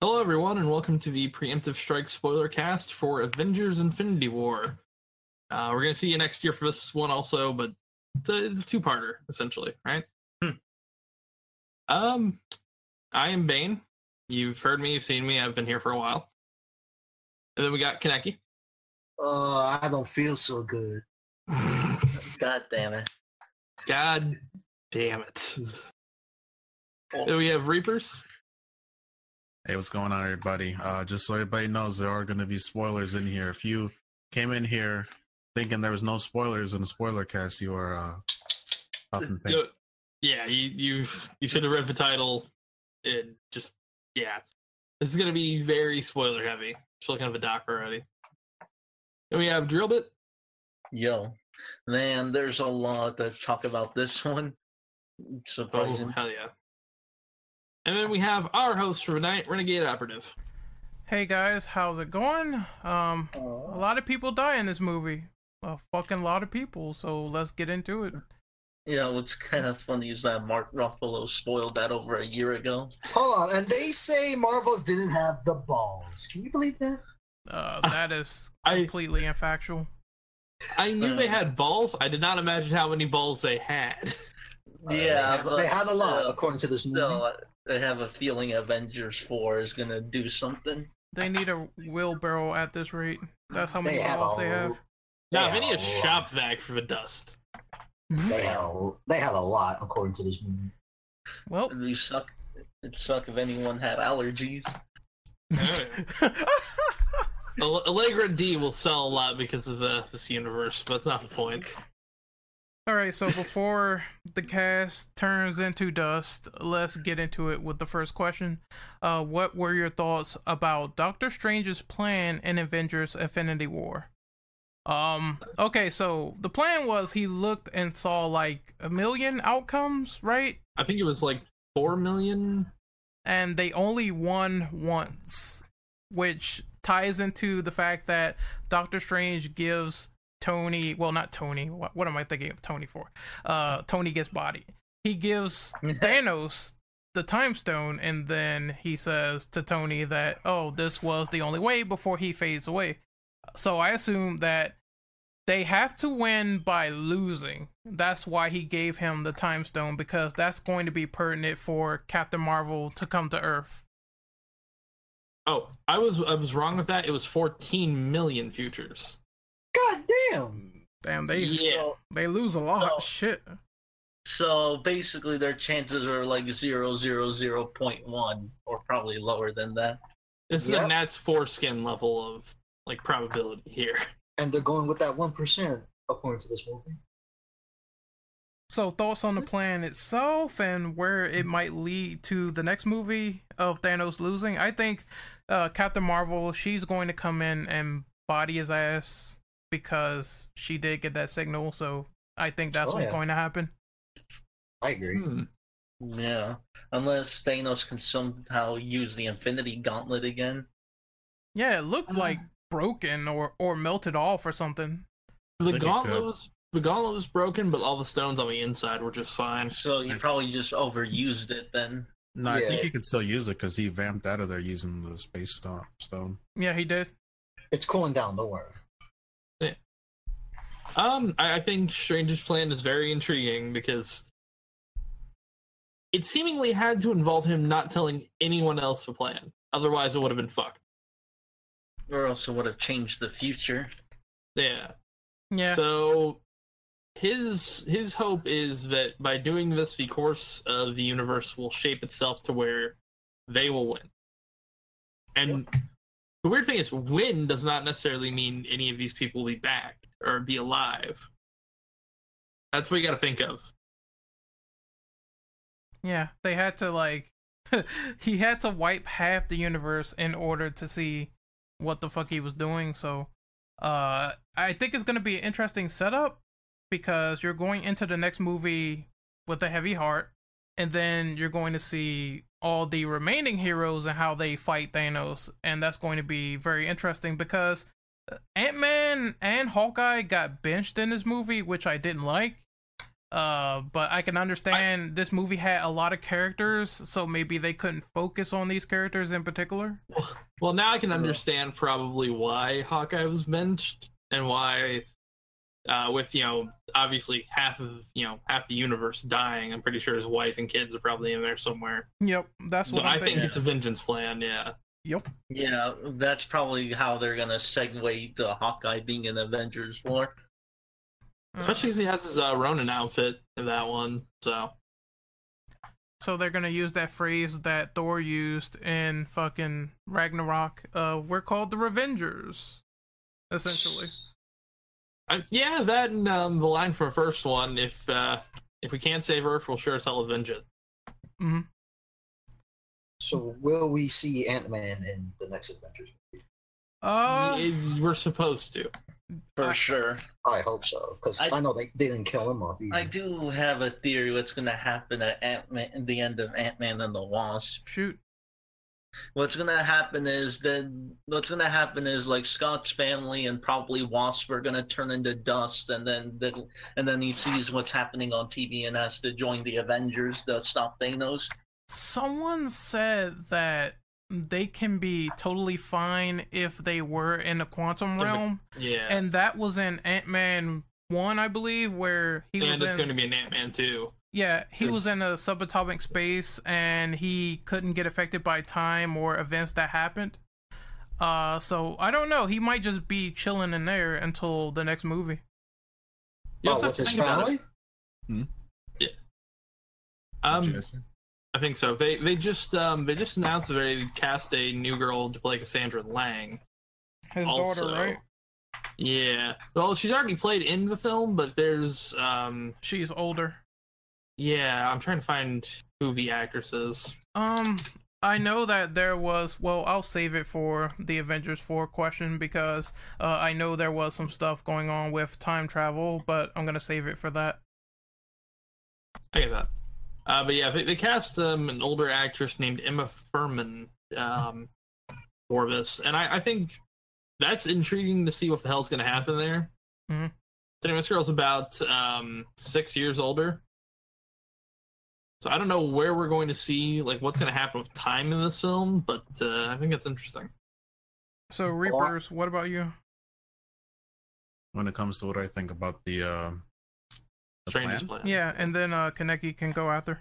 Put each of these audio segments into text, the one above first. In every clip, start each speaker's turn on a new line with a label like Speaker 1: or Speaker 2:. Speaker 1: Hello, everyone, and welcome to the Preemptive Strike spoiler cast for Avengers Infinity War. Uh, we're going to see you next year for this one, also, but it's a, it's a two parter, essentially, right?
Speaker 2: Hmm.
Speaker 1: Um, I am Bane. You've heard me, you've seen me, I've been here for a while. And then we got Kaneki.
Speaker 3: Uh, I don't feel so good.
Speaker 2: God damn it.
Speaker 1: God damn it. Then we have Reapers.
Speaker 4: Hey, what's going on, everybody? Uh, just so everybody knows, there are going to be spoilers in here. If you came in here thinking there was no spoilers in the spoiler cast, you are uh, often
Speaker 1: No, yeah, you you you should have read the title. It just yeah, this is gonna be very spoiler heavy. Just looking at the doc already. And we have Drillbit.
Speaker 2: Yo. Man, there's a lot to talk about this one.
Speaker 1: Oh
Speaker 2: Surprising.
Speaker 1: hell yeah! And then we have our host for tonight, Renegade Operative.
Speaker 5: Hey guys, how's it going? Um, a lot of people die in this movie. A fucking lot of people, so let's get into it.
Speaker 2: Yeah, what's kind of funny is that Mark Ruffalo spoiled that over a year ago.
Speaker 3: Hold on, and they say Marvels didn't have the balls. Can you believe that?
Speaker 5: Uh,
Speaker 3: Ah.
Speaker 5: that is
Speaker 1: I-
Speaker 5: completely infactual.
Speaker 1: I knew they had balls. I did not imagine how many balls they had.
Speaker 3: Uh,
Speaker 2: yeah,
Speaker 3: they, had, they had a lot, according to this movie.
Speaker 2: So I have a feeling Avengers 4 is going to do something.
Speaker 5: They need a wheelbarrow at this rate. That's how many
Speaker 3: They have
Speaker 5: balls
Speaker 3: a-
Speaker 5: they have.
Speaker 1: Now,
Speaker 3: they
Speaker 1: if
Speaker 3: had
Speaker 1: any
Speaker 3: a
Speaker 1: a shop vac for the dust.
Speaker 3: lot. They had, a, they had a lot, according to this movie.
Speaker 5: Well,
Speaker 2: It'd be suck. It'd suck if anyone had allergies.
Speaker 1: Al- Allegra D will sell a lot because of uh, this universe, but that's not the point.
Speaker 5: all right. So before the cast turns into dust, let's get into it with the first question. Uh, what were your thoughts about Doctor Strange's plan in Avengers: Infinity War? Um. Okay, so the plan was he looked and saw like a million outcomes, right?
Speaker 1: I think it was like four million
Speaker 5: and they only won once, which ties into the fact that Doctor Strange gives Tony, well, not Tony, what, what am I thinking of Tony for? Uh, Tony gets bodied. He gives Thanos the time stone, and then he says to Tony that, oh, this was the only way before he fades away. So I assume that they have to win by losing. That's why he gave him the time stone because that's going to be pertinent for Captain Marvel to come to Earth.
Speaker 1: Oh, I was I was wrong with that. It was 14 million futures.
Speaker 3: God damn!
Speaker 5: Damn, they
Speaker 1: yeah.
Speaker 2: So,
Speaker 5: they lose a lot.
Speaker 2: Oh.
Speaker 5: Shit.
Speaker 2: so basically, their chances are like zero zero zero point one, or probably lower than that.
Speaker 1: This is a
Speaker 3: Yep.
Speaker 1: Nats foreskin level of like probability here.
Speaker 3: And they're going with that 1%, according to this movie.
Speaker 5: So thoughts on the plan itself and where it might lead to the next movie of Thanos losing. I think uh, Captain Marvel, she's going to come in and body his ass because she did get that signal. So I think that's
Speaker 3: Oh,
Speaker 5: what's
Speaker 3: yeah.
Speaker 5: going to happen.
Speaker 3: I agree.
Speaker 1: Hmm.
Speaker 2: Yeah, unless Thanos can somehow use the Infinity Gauntlet again.
Speaker 5: Yeah, it looked
Speaker 1: Uh.
Speaker 5: like broken or or melted off or something.
Speaker 1: The
Speaker 4: Think it
Speaker 1: gauntlet
Speaker 4: could.
Speaker 1: was the gauntlet was broken, but all the stones on the inside were just fine.
Speaker 2: So he probably just overused it then.
Speaker 4: No, I
Speaker 3: Yeah.
Speaker 4: think he could still use it because he vamped out of there using the space stone. stone.
Speaker 5: Yeah, he did.
Speaker 3: It's cooling down, don't worry.
Speaker 1: Um, I, I think Strange's plan is very intriguing because it seemingly had to involve him not telling anyone else the plan. Otherwise, it would have been fucked.
Speaker 2: Or else it would have changed the future.
Speaker 1: Yeah.
Speaker 5: Yeah.
Speaker 1: So his his hope is that by doing this, the course of the universe will shape itself to where they will win. And the weird thing is, win does not necessarily mean any of these people will be back or be alive. That's what you got to think of.
Speaker 5: Yeah, they had to like he had to wipe half the universe in order to see what the fuck he was doing. So, uh I think it's going to be an interesting setup because you're going into the next movie with a heavy heart and then you're going to see all the remaining heroes and how they fight Thanos and that's going to be very interesting because uh, Ant-Man and Hawkeye got benched in this movie, which I didn't like. Uh, but I can understand this movie had a lot of characters, so maybe they couldn't focus on these characters in particular.
Speaker 1: Well, now I can understand probably why Hawkeye was benched and why, uh, with you know, obviously half of you know half the universe dying. I'm pretty sure his wife and kids are probably in there somewhere.
Speaker 5: Yep, that's
Speaker 1: So
Speaker 5: what
Speaker 1: I
Speaker 5: I'm
Speaker 1: think
Speaker 5: thinking. Uh-huh.
Speaker 1: it's a vengeance plan. Yeah,
Speaker 2: Yeah, that's probably how they're gonna segue to Hawkeye being in Avengers War.
Speaker 1: especially because he has his uh, Ronin outfit in that one. So
Speaker 5: So they're gonna use that phrase that Thor used in fucking Ragnarok. Uh, we're called the Revengers, essentially.
Speaker 1: I, yeah, that and um, the line from the first one: if uh, if we can't save Earth, we'll sure as hell avenge it.
Speaker 3: So will we see Ant Man in the next Adventures?
Speaker 5: Uh,
Speaker 1: Y- We're supposed to.
Speaker 2: For
Speaker 5: I-
Speaker 2: sure.
Speaker 3: I hope so, because
Speaker 2: I-
Speaker 3: I, know they, they didn't kill him off either.
Speaker 2: I do have a theory what's gonna happen at Ant Man the end of Ant Man and the Wasp.
Speaker 5: shoot.
Speaker 2: What's gonna happen is then what's gonna happen is like Scott's family and probably Wasp are gonna turn into dust, and then the, and then he sees what's happening on TV and has to join the Avengers to stop Thanos.
Speaker 5: Someone said that they can be totally fine if they were in the quantum
Speaker 1: Okay.
Speaker 5: realm,
Speaker 1: Yeah, and,
Speaker 5: and that was in Ant Man one, I believe, where he was
Speaker 1: it's
Speaker 5: in.
Speaker 1: going to be an Ant Man too.
Speaker 5: Yeah, he was
Speaker 1: It's-
Speaker 5: in a subatomic space and he couldn't get affected by time or events that happened. Uh, so I don't know. He might just be chilling in there until the next movie.
Speaker 1: You
Speaker 3: oh,
Speaker 1: also have
Speaker 3: with
Speaker 1: to
Speaker 3: his
Speaker 1: think about it.
Speaker 3: family?
Speaker 1: Um,
Speaker 4: Jesse.
Speaker 1: I think so. They they just um they just announced that they cast a new girl to play Cassandra Lang.
Speaker 5: His
Speaker 1: also,
Speaker 5: daughter, right?
Speaker 1: Yeah. Well, she's already played in the film, but there's um
Speaker 5: She's older.
Speaker 1: yeah. I'm trying to find who the actress is.
Speaker 5: Um, I know that there was. Well, I'll save it for the Avengers Four question because uh, I know there was some stuff going on with time travel, but I'm gonna save it for that.
Speaker 1: I get that. Uh, but yeah, they, they cast um an older actress named Emma Furman um for this, and I, I think that's intriguing to see what the hell's going to happen there.
Speaker 5: Mhm.
Speaker 1: So anyway, this girl's about um six years older. So I don't know where we're going to see like what's going to happen with time in this film, but uh, I think that's interesting.
Speaker 5: So Reapers, what about you?
Speaker 4: When it comes to what I think about the uh, the
Speaker 1: Stranger's
Speaker 4: plan,
Speaker 1: plan.
Speaker 5: Yeah, and then uh, Kaneki can go after.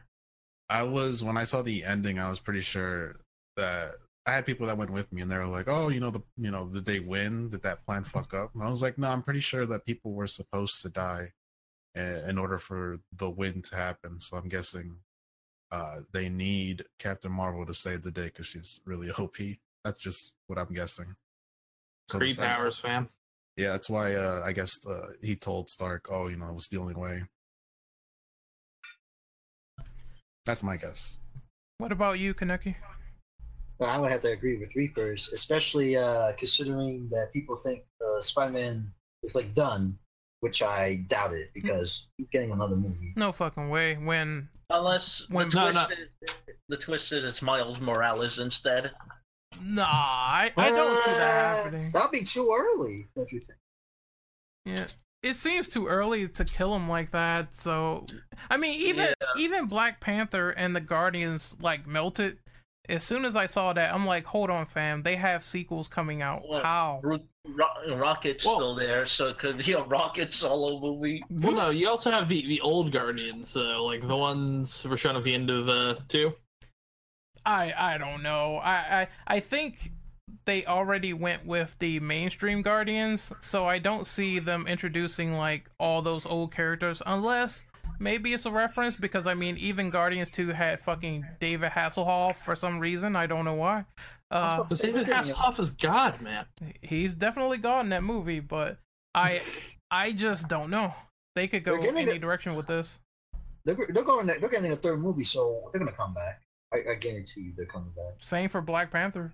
Speaker 4: I was when I saw the ending, I was pretty sure that I had people that went with me, and they were like, "Oh, you know the you know did they win? Did that plan fuck up?" And I was like, "No, I'm pretty sure that people were supposed to die i- in order for the win to happen." So I'm guessing uh, they need Captain Marvel to save the day because she's really OP. That's just what I'm guessing. So
Speaker 1: Three
Speaker 4: this- I-
Speaker 1: powers, fam.
Speaker 4: yeah, that's why uh, I guess uh, he told Stark, "Oh, you know, it was the only way." That's my guess.
Speaker 5: What about you, Kaneki?
Speaker 3: Well, I would have to agree with Reapers, especially uh, considering that people think uh, Spider-Man is like done, which I doubt it because he's getting another movie.
Speaker 5: No fucking way. When
Speaker 2: Unless the
Speaker 5: When-
Speaker 1: no,
Speaker 2: twist is the twist is it's Miles Morales instead.
Speaker 5: nah, I, I don't see that happening.
Speaker 3: That'll be too early, don't you think?
Speaker 5: Yeah, it seems too early to kill him like that. So, I mean, even even Black Panther and the Guardians like melted. As soon as I saw that, I'm like, hold on, fam. They have sequels coming out.
Speaker 2: Well,
Speaker 5: How?
Speaker 2: Ro- Ro- Rocket's
Speaker 1: Well-
Speaker 2: still there, so it could be a Rocket solo movie.
Speaker 1: Well, no, you also have the, the old Guardians, so like the ones who were shown at the end of uh two.
Speaker 5: I I don't know. I I I think they already went with the mainstream Guardians, so I don't see them introducing like all those old characters unless maybe it's a reference because I mean even Guardians 2 had fucking David Hasselhoff for some reason, I don't know why. Uh
Speaker 1: But David Hasselhoff is God, man.
Speaker 5: he's definitely gone in that movie, but I I just don't know. They could go
Speaker 3: They're giving
Speaker 5: any
Speaker 3: it-
Speaker 5: direction with this.
Speaker 3: They're, they're going. They're getting a third movie, so they're gonna come back. I, I guarantee you, they're coming back.
Speaker 5: Same for Black Panther.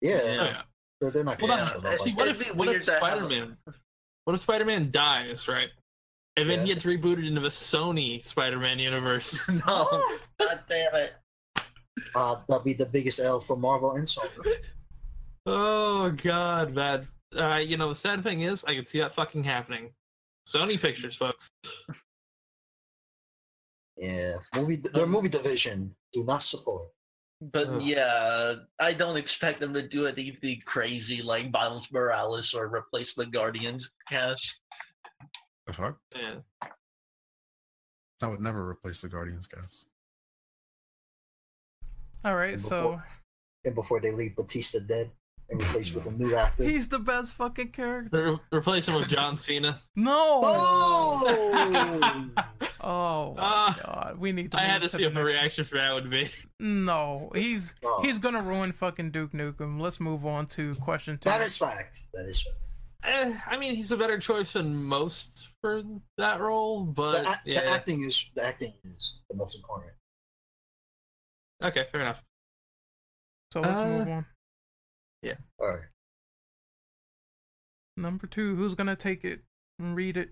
Speaker 3: Yeah,
Speaker 1: Oh,
Speaker 2: Yeah.
Speaker 1: yeah.
Speaker 3: They're, they're not.
Speaker 1: Well,
Speaker 3: gonna
Speaker 2: Yeah.
Speaker 3: cancel that
Speaker 2: See,
Speaker 1: See,
Speaker 3: like
Speaker 1: what
Speaker 3: that.
Speaker 1: if,
Speaker 2: It'd be
Speaker 1: what if
Speaker 2: weird to have a-
Speaker 1: Spider Man? What if Spider Man dies, right? And then he
Speaker 3: Yeah.
Speaker 1: gets rebooted into the Sony Spider Man universe.
Speaker 2: No, god damn it.
Speaker 3: uh, that'll be the biggest L for Marvel insult.
Speaker 1: oh God, that uh, you know the sad thing is I could see that fucking happening. Sony Pictures, folks.
Speaker 3: Yeah, movie their movie division do not support.
Speaker 2: But
Speaker 1: Ugh.
Speaker 2: yeah, I don't expect them to do anything crazy like Miles Morales or replace the Guardians cast.
Speaker 4: The fuck?
Speaker 1: Yeah.
Speaker 4: I would never replace the Guardians cast.
Speaker 5: All right,
Speaker 3: And
Speaker 5: so
Speaker 3: before- And before they leave Batista dead and replaced with a new actor.
Speaker 5: he's the best fucking character.
Speaker 1: Re- replace him with John Cena.
Speaker 5: No.
Speaker 3: Oh!
Speaker 5: Oh my
Speaker 1: Ah.
Speaker 5: god, we need to.
Speaker 1: I had to
Speaker 5: move
Speaker 1: see
Speaker 5: the
Speaker 1: what the
Speaker 5: next-
Speaker 1: reaction for that would be.
Speaker 5: No, he's
Speaker 3: Oh.
Speaker 5: he's gonna ruin fucking Duke Nukem. Let's move on to question two.
Speaker 3: that is fact. That is fact.
Speaker 1: Eh, I mean, he's a better choice than most for that role,
Speaker 3: The,
Speaker 1: but
Speaker 3: act- the
Speaker 1: yeah.
Speaker 3: acting is the acting is the most important.
Speaker 1: Okay, fair enough.
Speaker 5: so let's
Speaker 1: Uh.
Speaker 5: move on.
Speaker 3: All right.
Speaker 5: Number two, who's gonna take it and read it?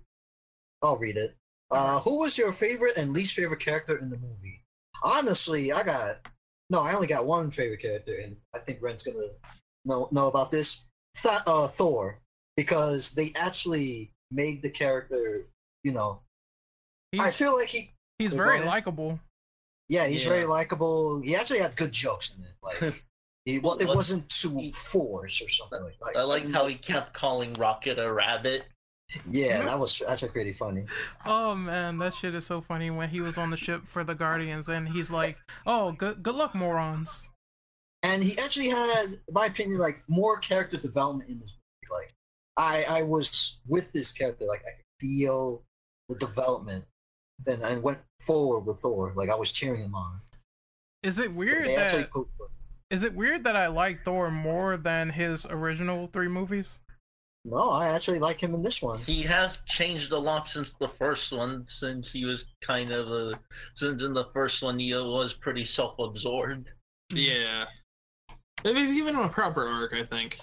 Speaker 3: I'll read it. Uh, who was your favorite and least favorite character in the movie? Honestly, I got no. I only got one favorite character, and I think Ren's gonna know know about this. Th- uh, Thor, because they actually made the character. You know, I
Speaker 5: He's
Speaker 3: feel like he.
Speaker 5: he's
Speaker 3: Go
Speaker 5: very
Speaker 3: ahead.
Speaker 5: likable.
Speaker 3: Yeah, he's very
Speaker 1: Yeah.
Speaker 3: likable. He actually had good jokes in it. Like, he, well, it
Speaker 2: What-
Speaker 3: wasn't too forced or something like that.
Speaker 2: I liked how he kept calling Rocket a rabbit.
Speaker 3: Yeah, that was actually pretty funny.
Speaker 5: Oh man, that shit is so funny when he was on the ship for the Guardians and he's like, "Oh, good good luck, morons."
Speaker 3: and he actually had, in my opinion, like more character development in this movie. Like, I I was with this character, like I could feel the development, and I went forward with Thor. Like I was cheering him on.
Speaker 5: Is it weird
Speaker 3: They actually
Speaker 5: that
Speaker 3: put-
Speaker 5: is it weird that I like Thor more than his original three movies?
Speaker 3: no, I actually like him in this one.
Speaker 2: He has changed a lot since the first one. Since he was kind of a since in the first one he was pretty self-absorbed.
Speaker 3: Hmm.
Speaker 1: Yeah. They've given him a proper arc, I think.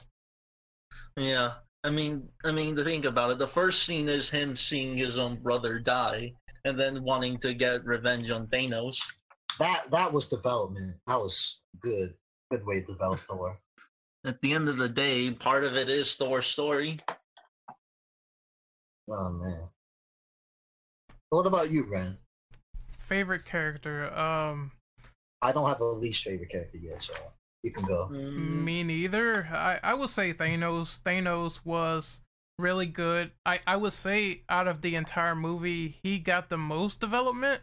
Speaker 2: Yeah, I mean, I mean, to think about it, the first scene is him seeing his own brother die and then wanting to get revenge on Thanos.
Speaker 3: That that was development. That was good. Good way to develop Thor.
Speaker 2: At the end of the day, part of it is Thor's story.
Speaker 3: Oh man. What about you, Ren?
Speaker 5: Favorite character? Um,
Speaker 3: I don't have a least favorite character yet, so you can go.
Speaker 2: Mm,
Speaker 5: Me neither. I, I would say Thanos. Thanos was really good. I, I would say out of the entire movie, he got the most development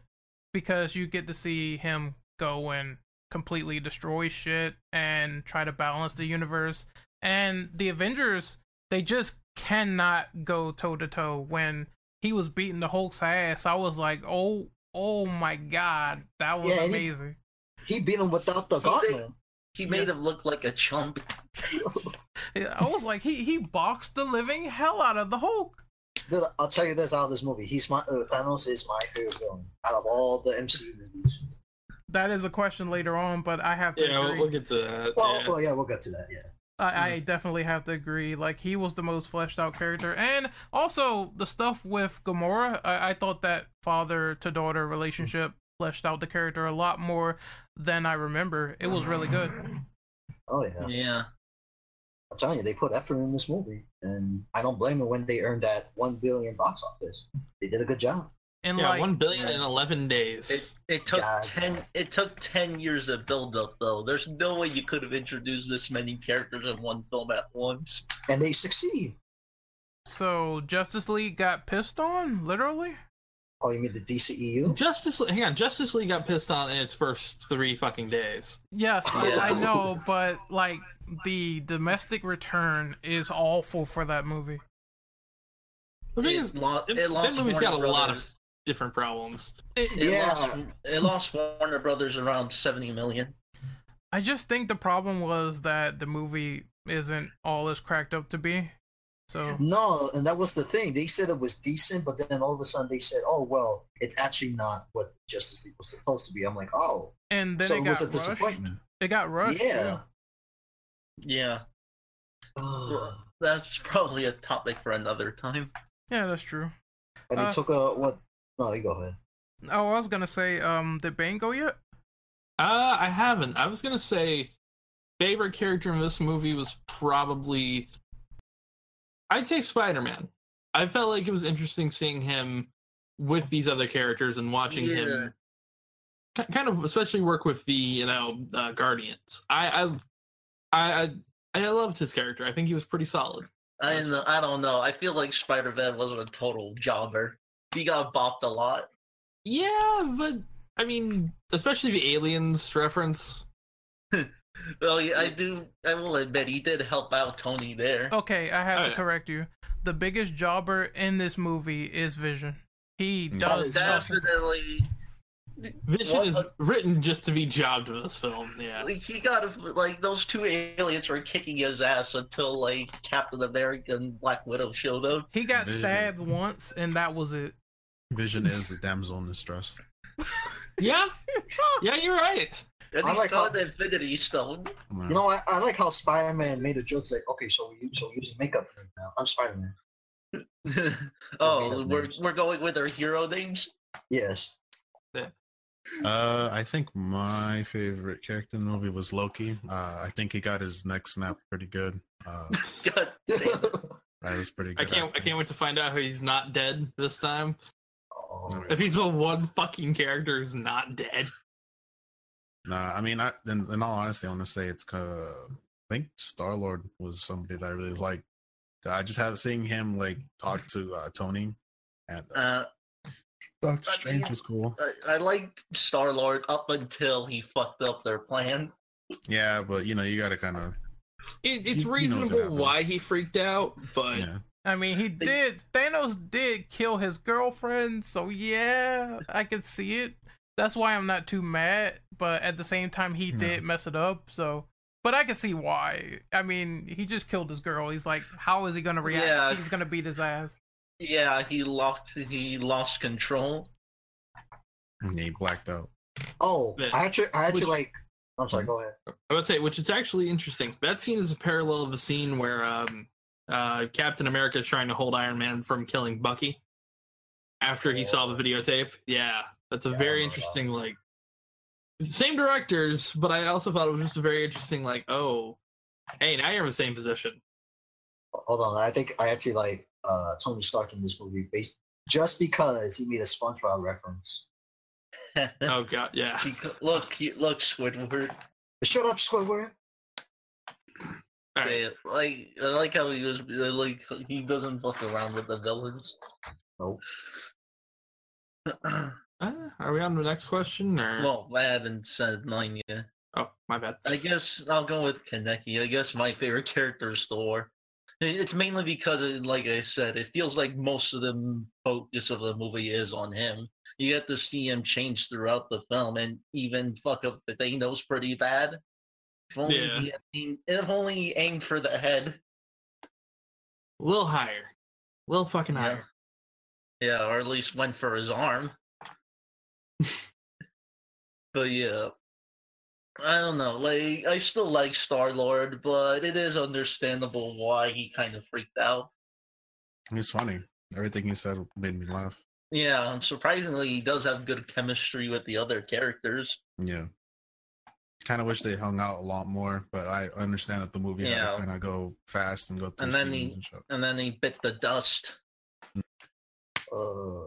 Speaker 5: because you get to see him go and completely destroy shit and try to balance the universe. And the Avengers, they just cannot go toe to toe. When he was beating the Hulk's ass, I was like, oh, oh my god, that was
Speaker 3: Yeah, and he-
Speaker 5: amazing.
Speaker 3: He beat him without the
Speaker 2: He did.
Speaker 3: gauntlet.
Speaker 2: He made him look like a chump.
Speaker 5: I was like, he he boxed the living hell out of the Hulk.
Speaker 3: Dude, I'll tell you this out of this movie. He's my uh, Thanos is my favorite villain out of all the MCU movies.
Speaker 5: That is a question later on, but I have to
Speaker 1: Yeah, we'll,
Speaker 5: agree.
Speaker 1: we'll get to that.
Speaker 3: Well,
Speaker 1: yeah.
Speaker 3: well, yeah, we'll get to that. Yeah,
Speaker 5: I, I definitely have to agree. Like he was the most fleshed out character, and also the stuff with Gamora. I, I thought that father to daughter relationship fleshed out the character a lot more than I remember. It was really good.
Speaker 3: oh yeah.
Speaker 2: Yeah.
Speaker 3: I'm telling you, they put effort in this movie, and I don't blame them when they earned that one billion box office. They did a good job.
Speaker 5: And
Speaker 1: Yeah,
Speaker 5: like,
Speaker 1: one billion in eleven days.
Speaker 2: It, it took
Speaker 3: God.
Speaker 2: ten. It took ten years of build up, though. There's no way you could have introduced this many characters in one film at once.
Speaker 3: And they succeed.
Speaker 5: so Justice League got pissed on, literally.
Speaker 3: Oh, you mean the DCEU?
Speaker 1: Justice, Le- hang on. Justice League got pissed on in its first three fucking days.
Speaker 5: Yes,
Speaker 3: Yeah.
Speaker 5: I, I know, but like the domestic return is awful for that movie.
Speaker 1: The thing is,
Speaker 2: it, lo-
Speaker 1: that-
Speaker 2: it lost
Speaker 1: that movie's
Speaker 2: Warner
Speaker 1: got a lot of-
Speaker 2: Brothers-
Speaker 1: different problems.
Speaker 2: It
Speaker 3: Yeah.
Speaker 2: lost, it lost Warner Brothers around seventy million.
Speaker 5: I just think the problem was that the movie isn't all as cracked up to be. So
Speaker 3: No, and that was the thing. They said it was decent, but then all of a sudden they said, "Oh well, it's actually not what Justice League was supposed to be." I'm like, "Oh,
Speaker 5: and then
Speaker 3: so
Speaker 5: it
Speaker 3: it
Speaker 5: got
Speaker 3: was a
Speaker 5: rushed.
Speaker 3: disappointment."
Speaker 5: It got rushed.
Speaker 3: Yeah.
Speaker 2: Yeah,
Speaker 3: Ugh.
Speaker 2: that's probably a topic for another time.
Speaker 5: yeah, Yeah, that's true.
Speaker 3: And it
Speaker 5: Uh,
Speaker 3: took a what? No, you go ahead.
Speaker 5: Oh, I was gonna say, um, did Bane go yet?
Speaker 1: Uh, I haven't. I was gonna say favorite character in this movie was probably I'd say Spider Man. I felt like it was interesting seeing him with these other characters and watching
Speaker 2: yeah,
Speaker 1: him ki- kind of especially work with the you know uh, Guardians. I I I I I loved his character. I think he was pretty solid.
Speaker 2: I don't know. I don't know. I feel like Spider Man wasn't a total jobber. He got bopped a lot.
Speaker 1: Yeah, but I mean, especially the aliens reference.
Speaker 2: Well, yeah, I do. I will admit he did help out Tony there.
Speaker 5: Okay, I have
Speaker 1: Oh,
Speaker 5: to
Speaker 1: yeah.
Speaker 5: correct you. The biggest jobber in this movie is Vision. He
Speaker 4: Mm.
Speaker 5: does
Speaker 3: That is-
Speaker 5: nothing.
Speaker 2: Definitely,
Speaker 1: Vision
Speaker 2: What
Speaker 1: is
Speaker 2: a-
Speaker 1: written just to be jobbed in this film. Yeah,
Speaker 2: like, he got like those two aliens were kicking his ass until like Captain America and Black Widow showed up.
Speaker 5: He got
Speaker 4: Vision.
Speaker 5: stabbed once, and that was it.
Speaker 4: Vision is the damsel in distress.
Speaker 1: yeah, yeah. You're right.
Speaker 2: And
Speaker 3: I
Speaker 2: he
Speaker 3: like
Speaker 2: saw
Speaker 3: how-
Speaker 2: the Infinity Stone.
Speaker 5: Mm.
Speaker 4: Yeah.
Speaker 3: You know, I, I like how Spider-Man made a joke it's like, okay, so we so we're using makeup now. I'm Spider-Man.
Speaker 2: oh,
Speaker 3: Made up
Speaker 2: we're
Speaker 3: names.
Speaker 2: we're going with our hero names.
Speaker 3: Yes.
Speaker 4: Uh, I think my favorite character in the movie was Loki. Uh, I think he got his neck snapped pretty good. Uh,
Speaker 2: God damn.
Speaker 4: that was pretty
Speaker 1: I
Speaker 4: good.
Speaker 1: can't I
Speaker 4: acting.
Speaker 1: can't wait to find out how he's not dead this time.
Speaker 3: oh,
Speaker 1: If he's the one fucking character who's not dead.
Speaker 4: Nah, I mean, I in, in all honesty, I want to say it's. Uh, I think Star Lord was somebody that I really liked. I just have seeing him like talk to uh, Tony, and uh,
Speaker 2: Uh,
Speaker 4: Doctor
Speaker 2: uh,
Speaker 4: Strange
Speaker 2: yeah.
Speaker 4: was cool.
Speaker 2: I, I liked Star Lord up until he fucked up their plan.
Speaker 4: Yeah, but you know, you gotta kind of
Speaker 1: It,
Speaker 4: knows
Speaker 1: it's
Speaker 4: what
Speaker 1: reasonable
Speaker 4: happened.
Speaker 1: why he freaked out, but
Speaker 4: yeah.
Speaker 5: I mean, he
Speaker 2: They-
Speaker 5: did. Thanos did kill his girlfriend, so yeah, I could see it. That's why I'm not too mad, but at the same time, he
Speaker 4: No.
Speaker 5: did mess it up, so. But I can see why. I mean, he just killed his girl. He's like, how is he going to react?
Speaker 2: Yeah.
Speaker 5: He's going to beat his ass.
Speaker 2: Yeah, he locked. He lost control.
Speaker 4: And he blacked out.
Speaker 3: oh
Speaker 1: Yeah.
Speaker 3: I actually I actually
Speaker 1: Which- Mm.
Speaker 3: like I'm sorry, go ahead.
Speaker 1: I would say which is actually interesting. That scene is a parallel of a scene where um uh Captain America is trying to hold Iron Man from killing Bucky after he saw the videotape. Yeah. That's a
Speaker 3: Yeah, I
Speaker 1: very
Speaker 3: remember that.
Speaker 1: interesting like same directors, but I also thought it was just a very interesting like, oh, hey, now you're in the same position.
Speaker 3: Hold on, I think I actually like uh Tony Stark in this movie based just because he made a SpongeBob reference.
Speaker 1: Oh god, yeah.
Speaker 2: He co- look, he, look, Squidward.
Speaker 3: Shut up, Squidward.
Speaker 1: All right.
Speaker 2: Yeah, like, I like how he was uh, like he doesn't fuck around with the villains.
Speaker 3: Nope.
Speaker 1: Uh, are we on to the next question or
Speaker 2: well, I haven't said mine yet.
Speaker 1: oh my bad.
Speaker 2: I guess I'll go with Kaneki. I guess my favorite character is Thor. It- It's mainly because, it, like I said, it feels like most of the m- focus of the movie is on him. You get to see him change throughout the film, and even fuck up the Thanos pretty bad. If only,
Speaker 1: Yeah.
Speaker 2: he, had aimed- if only he aimed for the head.
Speaker 1: A little higher. A little fucking
Speaker 2: Yeah.
Speaker 1: higher.
Speaker 2: Yeah, or at least went for his arm. but yeah. I don't know. Like I still like Star Lord, but it is understandable why he kind of freaked out.
Speaker 4: He's funny. Everything he said made me laugh.
Speaker 2: Yeah, and surprisingly he does have good chemistry with the other characters.
Speaker 4: Yeah. Kind of wish they hung out a lot more, but I understand that the movie had
Speaker 2: Yeah.
Speaker 4: to kind of go fast and go through
Speaker 2: And then
Speaker 4: scenes
Speaker 2: he-
Speaker 4: and shit.
Speaker 2: And then he bit the dust.
Speaker 3: Uh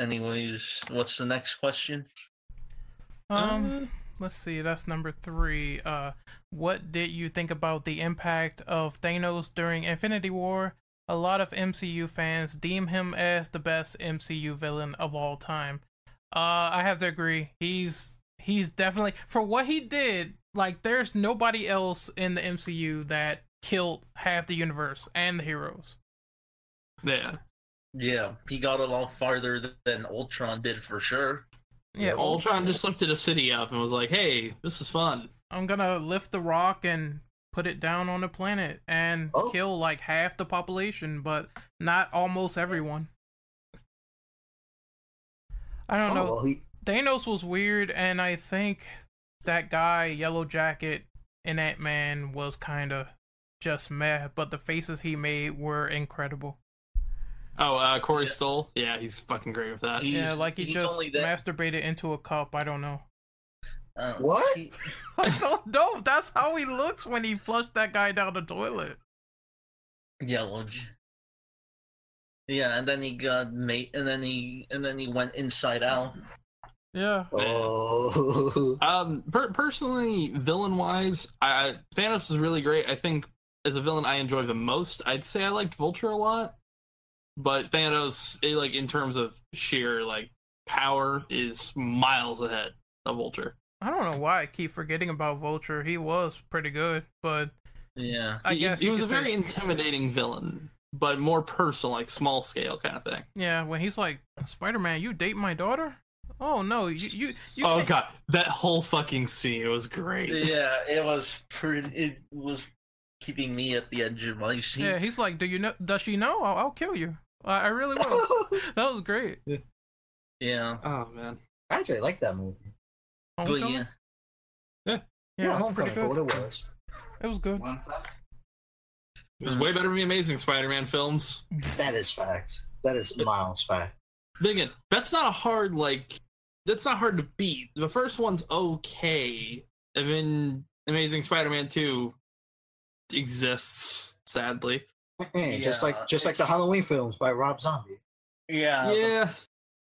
Speaker 2: Anyways, what's the next question?
Speaker 1: Uh,
Speaker 5: Um, let's see. That's number three. Uh, what did you think about the impact of Thanos during Infinity War? A lot of MCU fans deem him as the best MCU villain of all time. Uh, I have to agree. He's he's definitely for what he did. Like, there's nobody else in the MCU that killed half the universe and the heroes.
Speaker 1: yeah.
Speaker 2: Yeah, he got a lot farther th- than Ultron did for sure.
Speaker 5: Yeah,
Speaker 1: Ultron just lifted a city up and was like, "Hey, this is fun."
Speaker 5: I'm gonna lift the rock and put it down on the planet and
Speaker 3: Oh.
Speaker 5: kill like half the population, but not almost everyone. I don't
Speaker 3: oh,
Speaker 5: know.
Speaker 3: well, he
Speaker 5: Thanos was weird, and I think that guy, Yellow Jacket, in Ant Man was kind of just meh, but the faces he made were incredible.
Speaker 1: Oh, uh, Corey
Speaker 2: Yeah.
Speaker 1: Stoll, yeah, he's fucking great with that.
Speaker 2: He-
Speaker 5: yeah,
Speaker 2: He's-
Speaker 5: like he
Speaker 2: he's
Speaker 5: just
Speaker 2: only that-
Speaker 5: masturbated into a cup. I don't know.
Speaker 2: Uh,
Speaker 3: What?
Speaker 2: he-
Speaker 5: I don't know. That's how he looks when he flushed that guy down the toilet.
Speaker 2: Yellow. J- Yeah, and then he got mate, and then he and then he went inside out.
Speaker 5: Yeah.
Speaker 3: Oh,
Speaker 1: Um, per- personally, villain wise, I, I- Thanos is really great. I think as a villain, I enjoy the most. I'd say I liked Vulture a lot, but Thanos, eh, like in terms of sheer like power, is miles ahead of Vulture.
Speaker 5: I don't know why I keep forgetting about Vulture. He was pretty good, but
Speaker 2: Yeah,
Speaker 5: I
Speaker 1: he,
Speaker 5: guess
Speaker 1: he
Speaker 5: you
Speaker 1: was a
Speaker 5: could say-
Speaker 1: very intimidating villain, but more personal, like small scale kind of thing.
Speaker 5: yeah. When he's like, "Spider Man, you date my daughter? Oh no, you you you
Speaker 1: oh
Speaker 5: can't-
Speaker 1: god, that whole fucking scene was great.
Speaker 2: yeah, it was pretty. It was keeping me at the edge of my seat.
Speaker 5: yeah." He's like, "Do you know? Does she know? I'll, I'll kill you. I, I really will."
Speaker 3: oh.
Speaker 5: that was great.
Speaker 2: yeah.
Speaker 1: Oh man.
Speaker 3: I actually like that movie.
Speaker 2: But
Speaker 5: Homecoming?
Speaker 2: yeah,
Speaker 5: Yeah, it
Speaker 3: Yeah,
Speaker 5: was pretty
Speaker 3: Homecoming for what
Speaker 5: good.
Speaker 3: it was.
Speaker 5: It was good.
Speaker 1: It was way better than the Amazing Spider-Man films.
Speaker 3: That is fact. That is miles fact.
Speaker 1: Then again, that's not a hard like. That's not hard to beat. The first one's okay, and then Amazing Spider-Man Two exists sadly.
Speaker 3: Mm-mm, Just
Speaker 2: Yeah,
Speaker 3: like just like the Halloween films by Rob Zombie.
Speaker 2: yeah,
Speaker 1: yeah,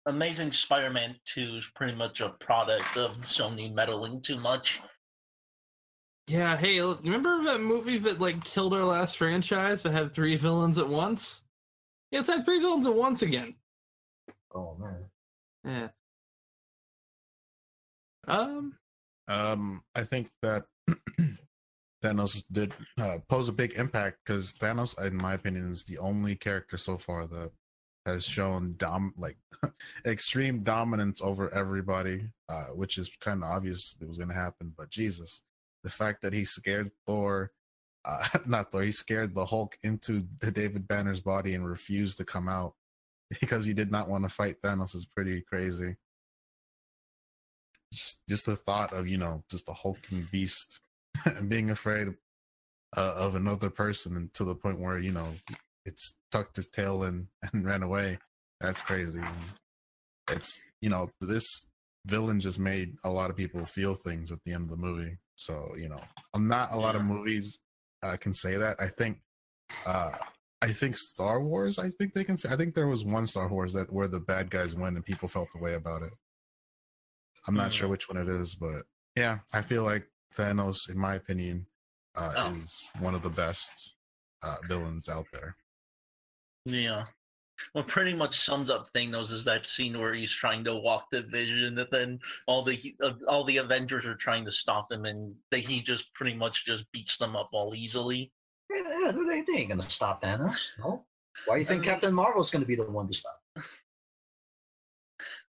Speaker 2: the Amazing Spider-Man Two is pretty much a product of Sony meddling too much.
Speaker 1: yeah. Hey, look, remember that movie that like killed our last franchise that had three villains at once? Yeah, it's had three villains at once again.
Speaker 3: Oh man.
Speaker 1: Yeah. Um.
Speaker 4: Um, I think that Thanos did uh, pose a big impact because Thanos, in my opinion, is the only character so far that has shown dom like extreme dominance over everybody, uh, which is kind of obvious it was going to happen. But Jesus, the fact that he scared Thor, uh, not Thor, he scared the Hulk into the David Banner's body and refused to come out because he did not want to fight Thanos is pretty crazy just just the thought of you know just a hulking beast and being afraid uh, of another person and to the point where you know it's tucked his tail in and ran away that's crazy And it's you know this villain just made a lot of people feel things at the end of the movie so you know not a lot of movies uh, can say that i think uh i think star wars i think they can say i think there was one star wars that where the bad guys win and people felt the way about it I'm not
Speaker 5: Hmm.
Speaker 4: sure which one it is, but yeah, I feel like Thanos, in my opinion, uh,
Speaker 2: Oh.
Speaker 4: is one of the best uh, villains out there.
Speaker 2: Yeah. What pretty much sums up Thanos is that scene where he's trying to walk the Vision, and then all the uh, all the Avengers are trying to stop him, and they, he just pretty much just beats them up all easily.
Speaker 3: Yeah, yeah, they, they ain't gonna stop Thanos. No. Why do you think
Speaker 2: I mean-
Speaker 3: Captain Marvel's gonna be the one to stop?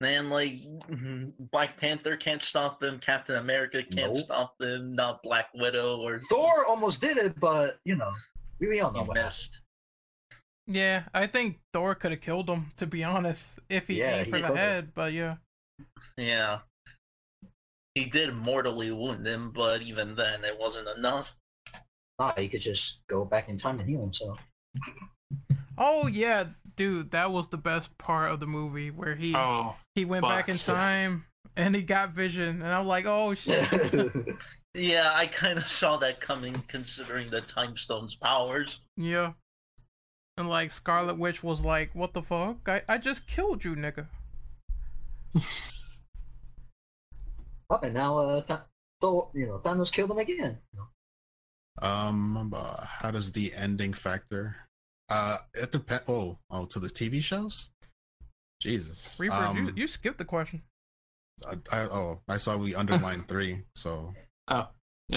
Speaker 2: Man, like mhm, Black Panther can't stop him, Captain America can't
Speaker 3: Mm-hmm. Nope.
Speaker 2: stop him, not Black Widow or
Speaker 3: Thor almost did it, but you know, we, we all know
Speaker 2: He
Speaker 3: what happened.
Speaker 2: missed.
Speaker 5: Yeah, I think Thor could have killed him, to be honest, if he
Speaker 3: Yeah,
Speaker 5: aimed
Speaker 3: he
Speaker 5: for the
Speaker 3: could've.
Speaker 5: head. But yeah,
Speaker 2: Yeah. He did mortally wound him, but even then, it wasn't enough.
Speaker 3: Ah, he could just go back in time and heal himself.
Speaker 5: oh yeah, dude, that was the best part of the movie where he
Speaker 1: Oh.
Speaker 5: he went back
Speaker 1: fuck,
Speaker 5: in
Speaker 1: yes.
Speaker 5: time and he got Vision, and I'm like, oh shit,
Speaker 2: Yeah, I kind of saw that coming, considering the Time Stone's powers.
Speaker 5: yeah. And like Scarlet Witch was like, what the fuck? I I just killed you, nigga.
Speaker 3: oh, and now uh, Th- Thor, you know, Thanos killed him again.
Speaker 4: Um, uh, how does the ending factor? Uh, it depends. Oh, oh, to the TV shows. Jesus,
Speaker 5: Reaper, you
Speaker 4: um,
Speaker 5: you skipped the question.
Speaker 4: I, I, oh, I saw we underlined three, so
Speaker 1: You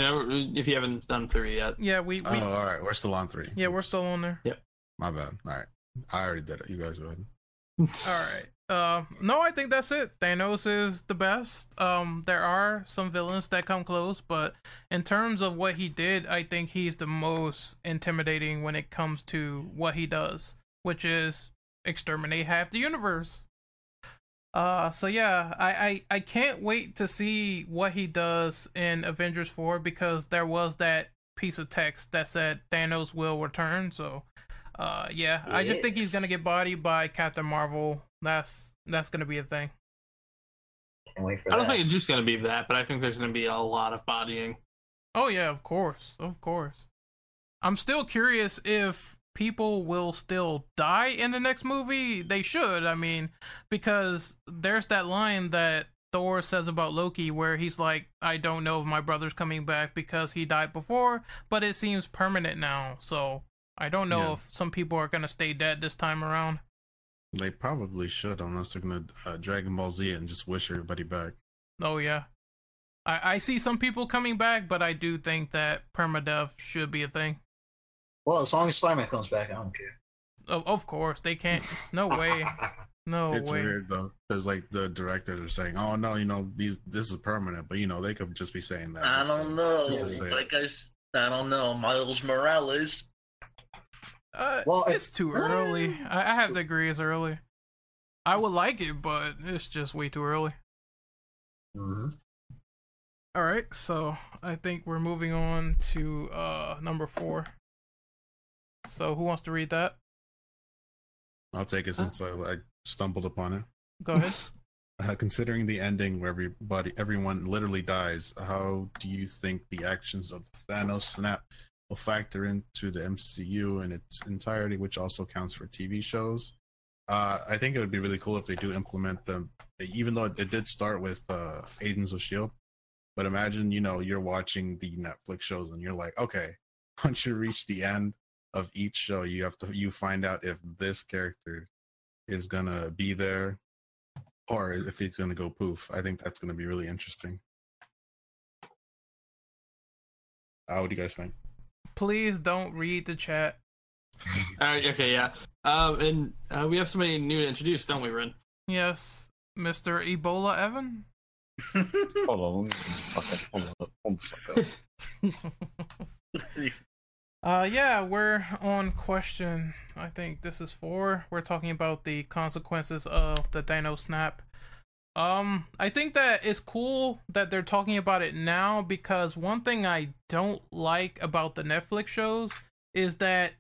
Speaker 1: know, if you haven't done three yet,
Speaker 5: Yeah, we, we
Speaker 4: oh, all right, we're still on three.
Speaker 5: yeah we're
Speaker 4: Oops,
Speaker 5: still on there.
Speaker 4: My bad. All right, I already did it. You guys read.
Speaker 5: All right. Uh, no, I think that's it. Thanos is the best. Um, there are some villains that come close, but in terms of what he did, I think he's the most intimidating when it comes to what he does, which is exterminate half the universe. Uh, so yeah, I, I, I can't wait to see what he does in Avengers 4 because there was that piece of text that said Thanos will return. So, uh, yeah, I just think he's gonna
Speaker 3: Yes.
Speaker 5: get bodied by Captain Marvel. That's that's gonna be a thing.
Speaker 3: Can't wait for
Speaker 1: I don't
Speaker 3: that.
Speaker 1: think it's just going to be that, but I think there's going to be a lot of bodying.
Speaker 5: Oh yeah, of course, of course. I'm still curious if people will still die in the next movie, they should. I mean, because there's that line that Thor says about Loki where he's like, I don't know if my brother's coming back because he died before, but it seems permanent now. So I don't know
Speaker 4: Yeah.
Speaker 5: if some people are going to stay dead this time around.
Speaker 4: They probably should, unless they're gonna uh, Dragon Ball Z and just wish everybody back.
Speaker 5: Oh, yeah. I, I see some people coming back, but I do think that permadeath should be a thing.
Speaker 3: Well, as long as Spider Man comes back, I don't care.
Speaker 5: Of, of course, they can't. No way. No
Speaker 4: it's
Speaker 5: way.
Speaker 4: weird though, because like the directors are saying, "Oh no, you know, these this is permanent," but you know, they could just be saying that.
Speaker 2: I
Speaker 4: just
Speaker 2: don't
Speaker 4: to-
Speaker 2: know.
Speaker 4: just to say it.
Speaker 2: Like I, s- I don't know. Miles Morales.
Speaker 5: Uh,
Speaker 3: Well,
Speaker 5: it's too
Speaker 3: uh,
Speaker 5: early. I, I have to agree, it's early. I would like it, but it's just way too early.
Speaker 2: Mm-hmm.
Speaker 3: hmm
Speaker 5: All right, so I think we're moving on to uh number four. So who wants to read that?
Speaker 4: I'll take it since I, I stumbled upon it.
Speaker 5: Go ahead.
Speaker 4: Uh, considering the ending where everybody, everyone literally dies, how do you think the actions of the Thanos snap will factor into the MCU in its entirety, which also counts for TV shows? Uh, I think it would be really cool if they do implement them, even though it, it did start with uh, Agents of Shield. But imagine, you know, you're watching the Netflix shows and you're like, okay, once you reach the end of each show, you have to you find out if this character is gonna be there or if he's going to go poof. I think that's going to be really interesting. Uh, what do you guys think?
Speaker 5: Please don't read the chat.
Speaker 1: All right, okay, yeah. Um, and uh, we have somebody new to introduce, don't we, Ren?
Speaker 5: Yes, Mr. Ebola Evan.
Speaker 6: Hold on, let me fuck up. Hold up. Hold the fuck up.
Speaker 5: Uh, yeah, we're on question. I think this is four. We're talking about the consequences of the Dino Snap. Um, I think that it's cool that they're talking about it now because one thing I don't like about the Netflix shows is that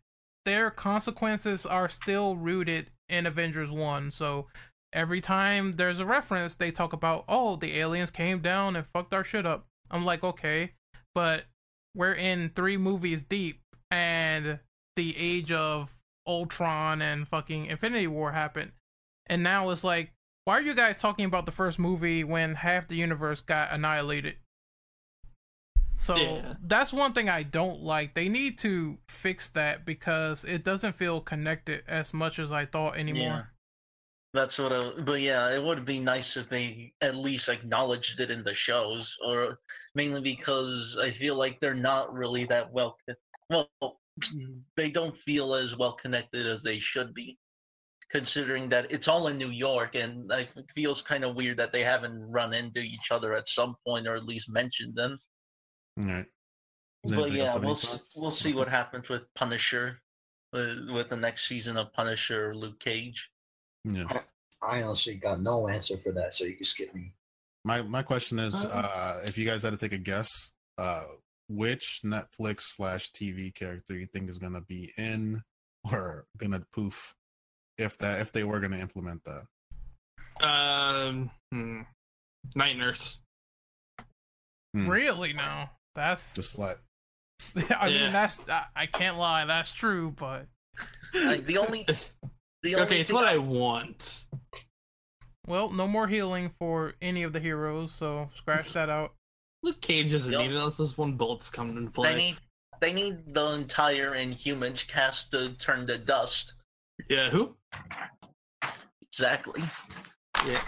Speaker 5: their consequences are still rooted in Avengers 1. So every time there's a reference, they talk about, oh, the aliens came down and fucked our shit up. I'm like, okay, but we're in three movies deep and the age of Ultron and fucking Infinity War happened. And now it's like, why are you guys talking about the first movie when half the universe got annihilated? So
Speaker 1: Yeah.
Speaker 5: that's one thing I don't like. They need to fix that because it doesn't feel connected as much as I thought
Speaker 2: yeah.
Speaker 5: anymore.
Speaker 2: That's what. I, but yeah, it would be nice if they at least acknowledged it in the shows, or mainly because I feel like they're not really that well. Well, they don't feel as well connected as they should be, considering that it's all in New York, and like, it feels kind of weird that they haven't run into each other at some point, or at least mentioned them.
Speaker 4: All right. Does
Speaker 2: But
Speaker 4: anybody else
Speaker 2: yeah,
Speaker 4: have any
Speaker 2: we'll s-
Speaker 4: thoughts?
Speaker 2: we'll see what happens with Punisher, with, with the next season of Punisher, Luke Cage.
Speaker 4: Yeah.
Speaker 3: I honestly got no answer for that, so you can skip me.
Speaker 4: My my question is,
Speaker 3: Uh,
Speaker 2: Um,
Speaker 4: uh, if you guys had to take a guess, uh, which Netflix slash TV character you think is going to be in or going to poof, if that if they were going to implement that?
Speaker 1: Um, hmm. Night Nurse.
Speaker 4: Hmm.
Speaker 5: Really now. That's
Speaker 4: The slut.
Speaker 5: I mean
Speaker 1: Yeah.
Speaker 5: that's I, I can't lie, that's true, but
Speaker 2: Like the only, the only
Speaker 1: Okay, it's
Speaker 2: thing-
Speaker 1: what I want.
Speaker 5: well, no more healing for any of the heroes, so scratch that out.
Speaker 1: Luke Cage doesn't
Speaker 2: Yep.
Speaker 1: need it unless this one bullet's coming into
Speaker 2: they
Speaker 1: play.
Speaker 2: need. They need the entire Inhumans cast to turn to dust.
Speaker 1: Yeah, who?
Speaker 2: Exactly.
Speaker 1: Yeah.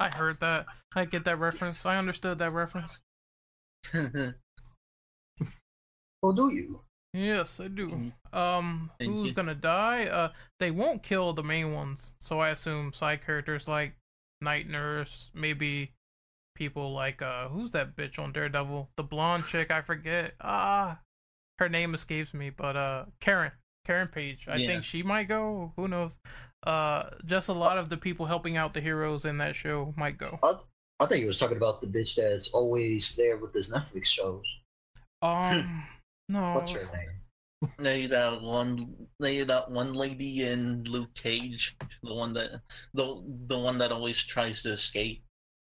Speaker 5: I heard that. I get that reference. I understood that reference.
Speaker 2: I
Speaker 3: Well, do you?
Speaker 5: Yes, I do.
Speaker 3: Mm-hmm.
Speaker 5: Um
Speaker 2: Thank
Speaker 5: who's
Speaker 2: you.
Speaker 5: gonna die? Uh they won't kill the main ones, so I assume side characters like Night Nurse, maybe people like uh who's that bitch on Daredevil? The blonde chick, I forget. Ah her name escapes me, but uh Karen. Karen Page. I
Speaker 2: Yeah.
Speaker 5: think she might go. Who knows? Uh just a lot of the people helping out the heroes in that show might go.
Speaker 3: I thought you was talking about the bitch that's always there with this Netflix shows.
Speaker 5: Um no
Speaker 3: What's her name?
Speaker 2: need that one. They need that one lady in Luke Cage, the one that the the one that always tries to escape.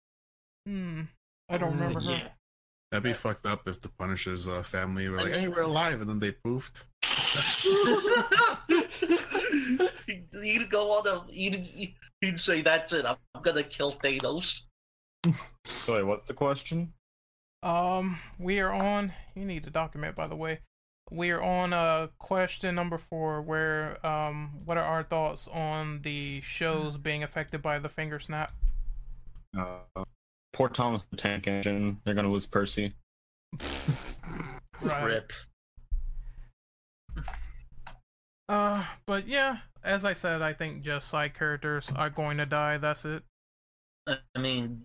Speaker 5: Hmm. I don't
Speaker 1: Uh,
Speaker 5: remember her.
Speaker 1: Yeah.
Speaker 4: That'd be fucked up if the Punisher's uh, family were
Speaker 2: I
Speaker 4: like,
Speaker 2: know.
Speaker 4: "Hey, we're alive," and then they poofed.
Speaker 2: he'd, he'd go on a he'd, he'd say that's it i'm gonna kill thanos
Speaker 6: Sorry, what's the question?
Speaker 5: Um, we are on. You need to document, by the way. We are on uh, question number four, where um, what are our thoughts on the
Speaker 2: Mm.
Speaker 5: shows being affected by the finger snap?
Speaker 6: Uh, poor Thomas the Tank Engine. They're gonna lose Percy.
Speaker 2: rip
Speaker 5: Uh, but yeah, as I said, I think just side characters are going to die. That's it.
Speaker 2: i mean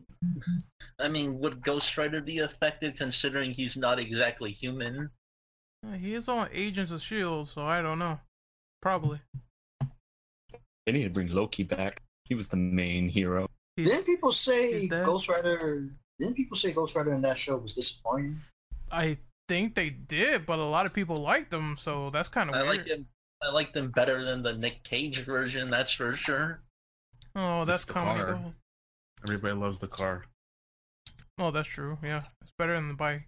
Speaker 2: i mean would ghost rider be affected considering he's not exactly human
Speaker 5: Uh, He is on Agents of Shield, so I don't know. Probably.
Speaker 6: They need to bring Loki back. He was the main hero.
Speaker 5: He's,
Speaker 3: Didn't people say
Speaker 5: He's dead.
Speaker 3: Ghost Rider? Didn't people say Ghost Rider in that show was disappointing?
Speaker 5: I think they did, but a lot of people liked him, so that's kind of
Speaker 2: i
Speaker 5: weird.
Speaker 2: like him i liked him better than the nick cage version that's for sure
Speaker 5: Oh, that's
Speaker 4: It's the
Speaker 5: comedy
Speaker 4: car.
Speaker 5: gold.
Speaker 4: Everybody loves the car.
Speaker 5: Oh, that's true. Yeah, it's better than the bike.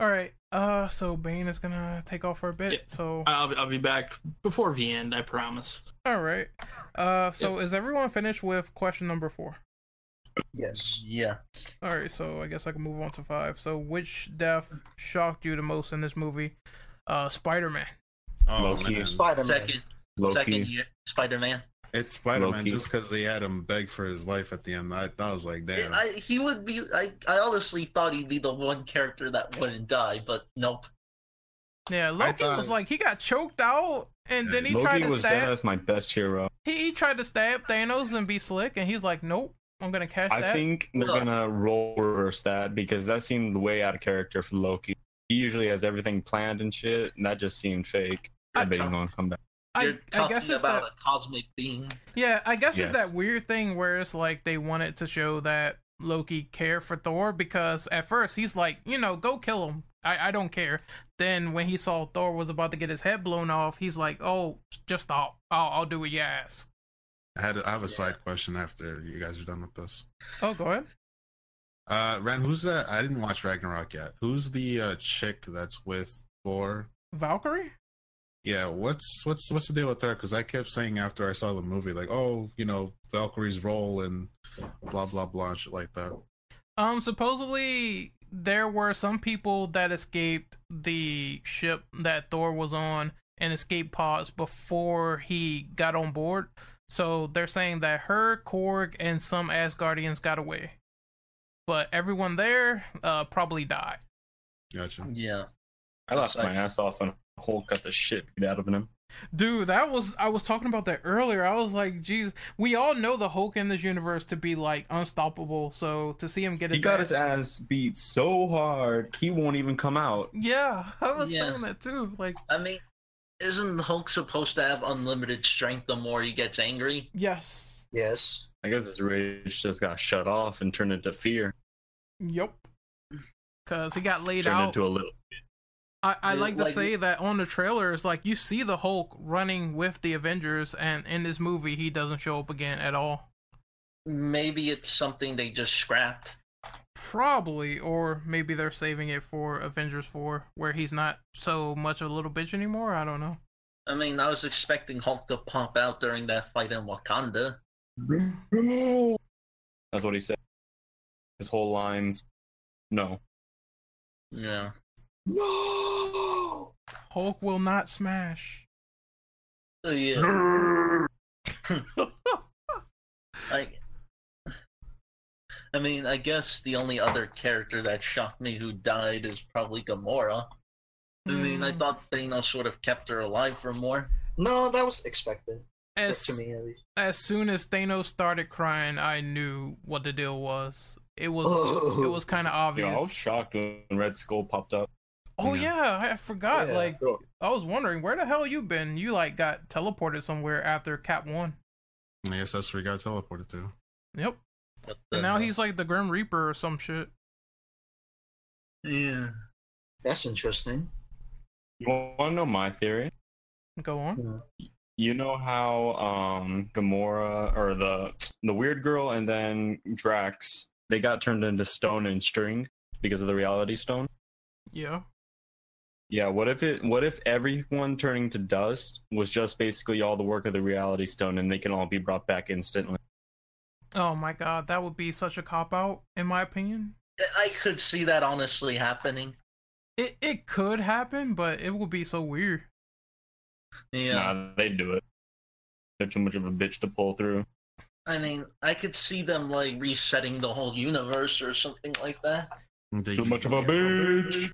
Speaker 5: All right. Uh, so Bane is gonna take off for a bit.
Speaker 1: Yeah.
Speaker 5: So
Speaker 1: I'll, I'll be back before the end, I promise.
Speaker 5: all right. Uh, so is everyone finished with question number four?
Speaker 3: Yes.
Speaker 2: yeah
Speaker 5: All right. So I guess I can move on to five. So which death shocked you the most in this movie? Uh, Spider Man.
Speaker 4: Oh
Speaker 6: Loki.
Speaker 4: man,
Speaker 3: Spider Man.
Speaker 2: second
Speaker 6: Loki.
Speaker 2: second year spider-man
Speaker 4: it's Spider Man
Speaker 6: Loki.
Speaker 4: just because they had him beg for his life at the end. I, I was like, damn.
Speaker 2: I, he would be. I, I honestly thought he'd be the one character that wouldn't die, but nope.
Speaker 5: Yeah, Loki
Speaker 4: thought-
Speaker 5: was like he got choked out, and then he
Speaker 6: Loki
Speaker 5: tried to
Speaker 6: was
Speaker 5: stab.
Speaker 6: there as my best hero.
Speaker 5: He, he tried to stab Thanos and be slick, and he's like, "Nope, I'm gonna cash
Speaker 6: I
Speaker 5: that."
Speaker 6: think they're
Speaker 2: Look.
Speaker 6: gonna roll reverse that because that seemed way out of character for Loki. He usually has everything planned and shit, and that just seemed fake.
Speaker 5: I-
Speaker 6: I bet he's gonna come back.
Speaker 5: I,
Speaker 2: You're
Speaker 5: I
Speaker 2: talking
Speaker 5: guess it's
Speaker 2: about
Speaker 5: that.
Speaker 2: a cosmic being.
Speaker 5: Yeah, I guess it's that
Speaker 6: Yes.
Speaker 5: weird thing where it's like they wanted to show that Loki cared for Thor because at first he's like, you know, go kill him. I, I don't care. Then when he saw Thor was about to get his head blown off, he's like, oh, just stop. I'll, I'll do what you ask.
Speaker 4: I had I have a side question after you guys are done with this.
Speaker 5: Oh, go ahead.
Speaker 4: Uh, Ren, who's that? I didn't watch Ragnarok yet. Who's the uh, chick that's with Thor?
Speaker 5: Valkyrie?
Speaker 4: Yeah, what's what's what's the deal with her? Because I kept saying after I saw the movie, like, oh, you know, Valkyrie's role and blah blah blah and shit like that.
Speaker 5: Um, supposedly there were some people that escaped the ship that Thor was on and escaped pods before he got on board. So they're saying that her, Korg, and some Asgardians got away, but everyone there uh probably died.
Speaker 4: Gotcha.
Speaker 2: Yeah.
Speaker 6: I laughed
Speaker 2: Like-
Speaker 6: my ass off when Hulk got the shit beat out of him.
Speaker 5: Dude, that was I was talking about that earlier. I was like, "Jeez, we all know the Hulk in this universe to be like unstoppable." So to see him get
Speaker 6: He
Speaker 5: his,
Speaker 6: got
Speaker 5: ass-
Speaker 6: his ass beat so hard he won't even come out.
Speaker 5: yeah, I was
Speaker 2: Yeah.
Speaker 5: saying that too. Like,
Speaker 2: I mean, isn't Hulk supposed to have unlimited strength the more he gets angry?
Speaker 5: yes,
Speaker 3: Yes.
Speaker 6: I guess his rage just got shut off and turned into fear,
Speaker 5: Yep. Cause he got laid
Speaker 6: turned
Speaker 5: out.
Speaker 6: into a little.
Speaker 5: I, I
Speaker 2: Yeah,
Speaker 5: like to
Speaker 2: like-
Speaker 5: say that on the trailers, like you see the Hulk running with the Avengers, and in this movie he doesn't show up again at all.
Speaker 2: Maybe it's something they just scrapped.
Speaker 5: Probably, or maybe they're saving it for Avengers Four, where he's not so much of a little bitch anymore. I don't know.
Speaker 2: I mean, I was expecting Hulk to pop out during that fight in Wakanda.
Speaker 6: That's what he said. His whole lines. No,
Speaker 2: Yeah.
Speaker 3: No.
Speaker 5: Hulk will not smash.
Speaker 2: So, yeah. Like. I mean, I guess the only other character that shocked me who died is probably Gamora. I mean, I
Speaker 6: Mm.
Speaker 5: Hmm.
Speaker 2: thought Thanos would have kept her alive for more.
Speaker 3: No, that was expected.
Speaker 5: as
Speaker 3: to me, at least.
Speaker 5: as soon as Thanos started crying, I knew what the deal was. It was
Speaker 3: Oh.
Speaker 5: it was kind of
Speaker 6: Yo,
Speaker 5: obvious.
Speaker 6: I was shocked when Red Skull popped up.
Speaker 5: Oh
Speaker 4: Yeah.
Speaker 5: yeah, I- I forgot.
Speaker 3: Yeah.
Speaker 5: Like I was wondering where the hell you been? You like got teleported somewhere after Cap One.
Speaker 4: I guess that's where he got teleported to.
Speaker 5: Yep.
Speaker 2: What the
Speaker 5: And now
Speaker 2: hell?
Speaker 5: he's like the Grim Reaper or some shit.
Speaker 2: Yeah.
Speaker 3: That's interesting.
Speaker 6: You want to know my theory?
Speaker 5: Go on.
Speaker 6: You know how um Gamora or the the weird girl and then Drax they got turned into stone and string because of the reality stone.
Speaker 5: Yeah.
Speaker 6: Yeah, what if it what if everyone turning to dust was just basically all the work of the reality stone and they can all be brought back instantly?
Speaker 5: Oh my god, that would be such a cop out, in my opinion.
Speaker 2: I could see that honestly happening.
Speaker 5: It it could happen, but it would be so weird.
Speaker 2: Yeah.
Speaker 6: Nah, they'd do it. They're too much of a bitch to pull through.
Speaker 2: I mean, I could see them like resetting the whole universe or something like that.
Speaker 4: They
Speaker 6: Too
Speaker 4: use
Speaker 6: much
Speaker 4: the
Speaker 6: of a
Speaker 4: reality-
Speaker 6: bitch.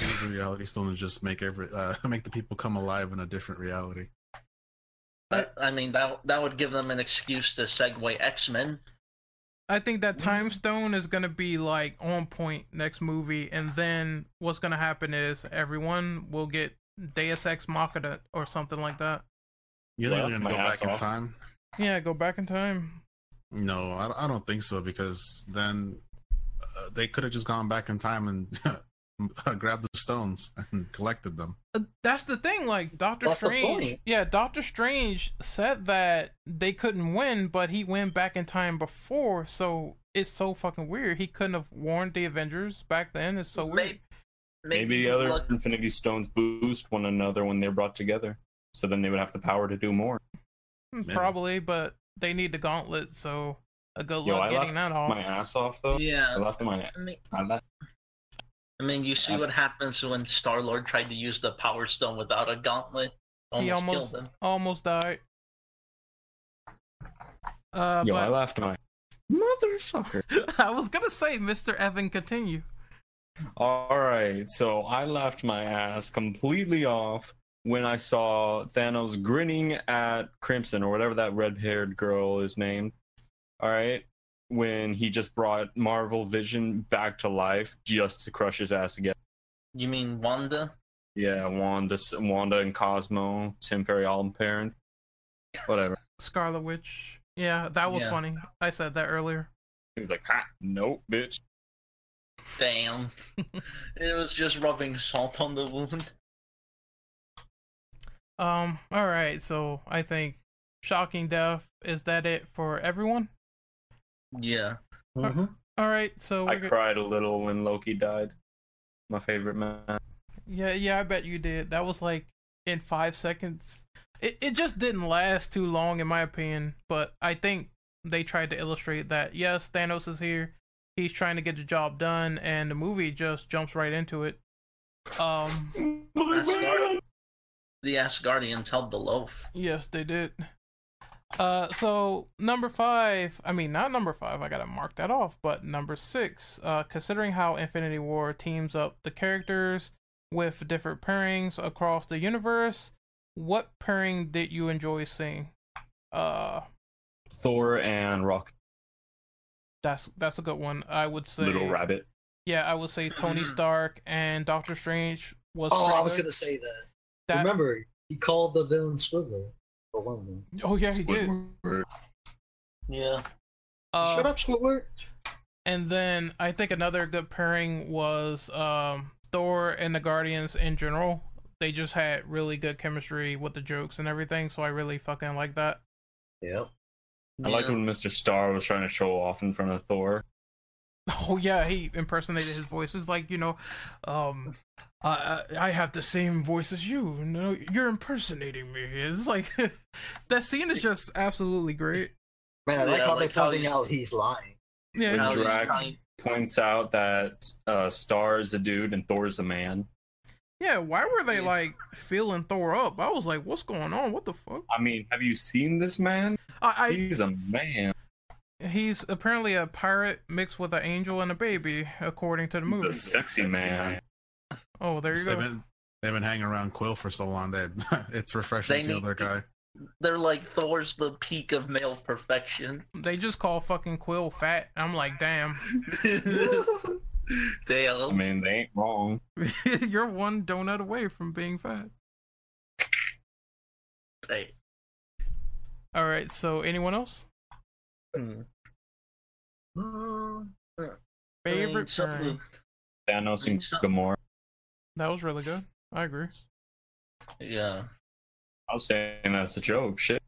Speaker 4: use the reality stone to just make every uh, make the people come alive in a different reality.
Speaker 2: But, I mean, that that would give them an excuse to segue X Men.
Speaker 5: I think that time stone is gonna be like on point next movie, and then what's gonna happen is everyone will get Deus Ex Machina or something like that.
Speaker 4: You think
Speaker 6: Well,
Speaker 4: they're
Speaker 6: my
Speaker 4: gonna go
Speaker 6: ass
Speaker 4: back in
Speaker 6: off.
Speaker 4: time?
Speaker 5: Yeah, go back in time.
Speaker 4: No, I, don't- I don't think so because then uh, they could have just gone back in time and grabbed the stones and collected them.
Speaker 5: Uh, That's the thing, like Doctor
Speaker 3: That's the
Speaker 5: Strange.
Speaker 3: point.
Speaker 5: Yeah, Doctor Strange said that they couldn't win, but he went back in time before, so it's so fucking weird. He couldn't have warned the Avengers back then. It's so weird.
Speaker 2: Maybe,
Speaker 6: Maybe the other
Speaker 2: look-
Speaker 6: Infinity Stones boost one another when they're brought together. So then they would have the power to do more.
Speaker 5: Hmm,
Speaker 4: maybe.
Speaker 5: Probably, but they need the gauntlet, so a good
Speaker 6: Yo,
Speaker 5: luck
Speaker 6: I
Speaker 5: getting that
Speaker 6: laughed
Speaker 5: off.
Speaker 6: My ass off though. I
Speaker 2: yeah.
Speaker 6: left my
Speaker 2: I mean,
Speaker 6: I left
Speaker 2: I mean, you see what happens when Star Lord tried to use the Power Stone without a gauntlet. Almost,
Speaker 5: he almost
Speaker 2: killed him.
Speaker 5: almost died. Uh,
Speaker 6: Yo, I
Speaker 5: but
Speaker 6: left my motherfucker.
Speaker 5: I was gonna say, Mister Evan, continue.
Speaker 6: All right, so I laughed my ass completely off when I saw Thanos grinning at Crimson or whatever that red-haired girl is named. All right, when he just brought Marvel Vision back to life just to crush his ass again.
Speaker 2: You mean Wanda?
Speaker 6: Yeah, Wanda, Wanda and Cosmo, Tim Ferry, all them parents. Whatever.
Speaker 5: Scarlet Witch. Yeah, that was
Speaker 2: Yeah.
Speaker 5: funny. I said that earlier.
Speaker 6: He was like, "Ha, nope, bitch."
Speaker 2: Damn. it was just rubbing salt on the wound.
Speaker 5: Um, all right, so I think shocking death is that it for everyone.
Speaker 2: Yeah.
Speaker 5: All right, so
Speaker 6: I
Speaker 5: we're go-
Speaker 6: cried a little when Loki died. My favorite man.
Speaker 5: yeah, yeah, I bet you did. That was like in five seconds. It it just didn't last too long, in my opinion. But I think they tried to illustrate that yes, Thanos is here. He's trying to get the job done, and the movie just jumps right into it. Um,
Speaker 6: My
Speaker 2: That's right. The Asgardians held the loaf.
Speaker 5: Yes, they did. Uh, so number five, I mean, not number five, I gotta mark that off, but number six, uh, considering how Infinity War teams up the characters with different pairings across the universe, what pairing did you enjoy seeing? Uh,
Speaker 6: Thor and Rock,
Speaker 5: that's that's a good one. I would say,
Speaker 6: little rabbit.
Speaker 5: yeah, I would say Tony Stark and Doctor Strange was.
Speaker 3: Oh, I was
Speaker 5: pretty
Speaker 3: gonna say that.
Speaker 5: good. That-
Speaker 3: Remember, he called the villain Squidward for one of them.
Speaker 5: Oh yeah, he did.
Speaker 6: Squidward.
Speaker 2: Yeah.
Speaker 5: Uh,
Speaker 3: Shut up, Squidward.
Speaker 5: And then I think another good pairing was um, Thor and the Guardians in general. They just had really good chemistry with the jokes and everything, so I really fucking like that.
Speaker 3: Yep.
Speaker 6: I liked
Speaker 2: Yeah.
Speaker 6: when Mr. Star was trying to show off in front of Thor.
Speaker 5: Oh yeah, he impersonated his voices like you know, um, I I I have the same voice as you. No, you're impersonating me. It's like that scene is just absolutely great.
Speaker 3: Man, I
Speaker 2: Yeah,
Speaker 3: like how
Speaker 2: like
Speaker 3: they're
Speaker 2: how
Speaker 3: pointing
Speaker 2: you-
Speaker 3: out he's lying.
Speaker 5: Yeah,
Speaker 6: Now
Speaker 2: How he's
Speaker 6: Drax.
Speaker 2: trying-
Speaker 6: Points out that uh, Star is a dude and Thor is a man.
Speaker 5: yeah. Why were they
Speaker 2: Yeah.
Speaker 5: like feeling Thor up? I was like, what's going on? What the fuck?
Speaker 6: I mean, have you seen this man?
Speaker 5: I, I
Speaker 6: He's a man.
Speaker 5: He's apparently a pirate mixed with an angel and a baby, according to the
Speaker 6: The
Speaker 5: movie.
Speaker 6: sexy man.
Speaker 5: Oh, there you
Speaker 4: they've
Speaker 5: go.
Speaker 4: been they've been hanging around Quill for so long that it's refreshing
Speaker 2: They
Speaker 4: to see
Speaker 2: need-
Speaker 4: another guy.
Speaker 2: They're like Thor's the peak of male perfection.
Speaker 5: They just call fucking Quill fat. I'm like, damn.
Speaker 6: I
Speaker 2: Dale.
Speaker 6: mean, they ain't wrong.
Speaker 5: You're one donut away from being fat.
Speaker 2: Hey.
Speaker 5: All right, so anyone else?
Speaker 2: Hmm. Mm, I mean,
Speaker 5: Favorite
Speaker 2: some-
Speaker 5: pairing.
Speaker 6: Thanos and Gamora.
Speaker 5: That was really good. I agree.
Speaker 2: Yeah.
Speaker 6: I was saying that's a joke. Shit.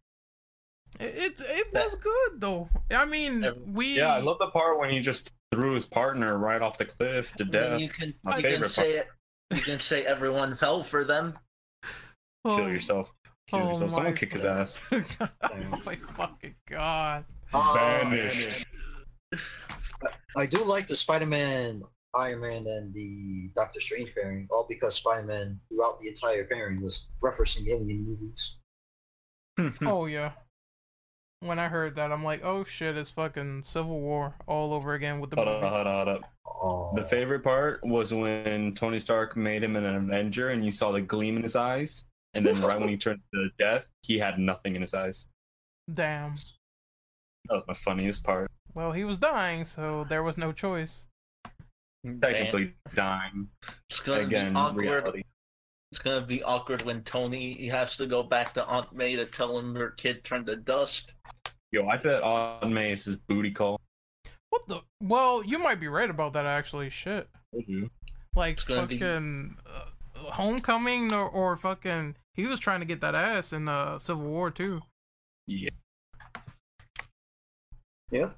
Speaker 5: It, it, it was good, though. I mean, we.
Speaker 6: Yeah, I love the part when he just threw his partner right off the cliff to
Speaker 2: I mean,
Speaker 6: death.
Speaker 2: you can,
Speaker 6: My
Speaker 2: you can
Speaker 6: favorite part.
Speaker 2: say it. You can say everyone fell for them.
Speaker 6: Kill yourself. Kill
Speaker 5: oh
Speaker 6: yourself.
Speaker 5: my
Speaker 6: Someone kick his ass.
Speaker 5: god. oh my fucking god.
Speaker 3: Uh,
Speaker 6: Vanish.
Speaker 3: I do like the Spider-Man, Iron Man, and the Doctor Strange pairing, all because Spider-Man throughout the entire pairing was referencing alien movies.
Speaker 5: Oh yeah. When I heard that, I'm like, oh shit, it's fucking Civil War all over again with the
Speaker 6: Hold up,
Speaker 5: movies.
Speaker 6: hold up, hold up.
Speaker 3: Oh,
Speaker 6: The favorite part was when Tony Stark made him an Avenger and you saw the gleam in his eyes. And then right when he turned to death, he had nothing in his eyes.
Speaker 5: Damn.
Speaker 6: That was my funniest part.
Speaker 5: Well, he was dying, so there was no choice.
Speaker 6: Technically dying.
Speaker 2: It's gonna
Speaker 6: Again,
Speaker 2: be awkward.
Speaker 6: reality.
Speaker 2: It's gonna be awkward when Tony he has to go back to Aunt May to tell him her kid turned to dust.
Speaker 6: Yo, I bet Aunt May is his booty call.
Speaker 5: What the? Well, you might be right about that actually. Shit. Like
Speaker 2: It's gonna be-
Speaker 5: fucking uh, Homecoming or, or fucking. He was trying to get that ass in uh, Civil War too.
Speaker 6: Yeah.
Speaker 3: yeah.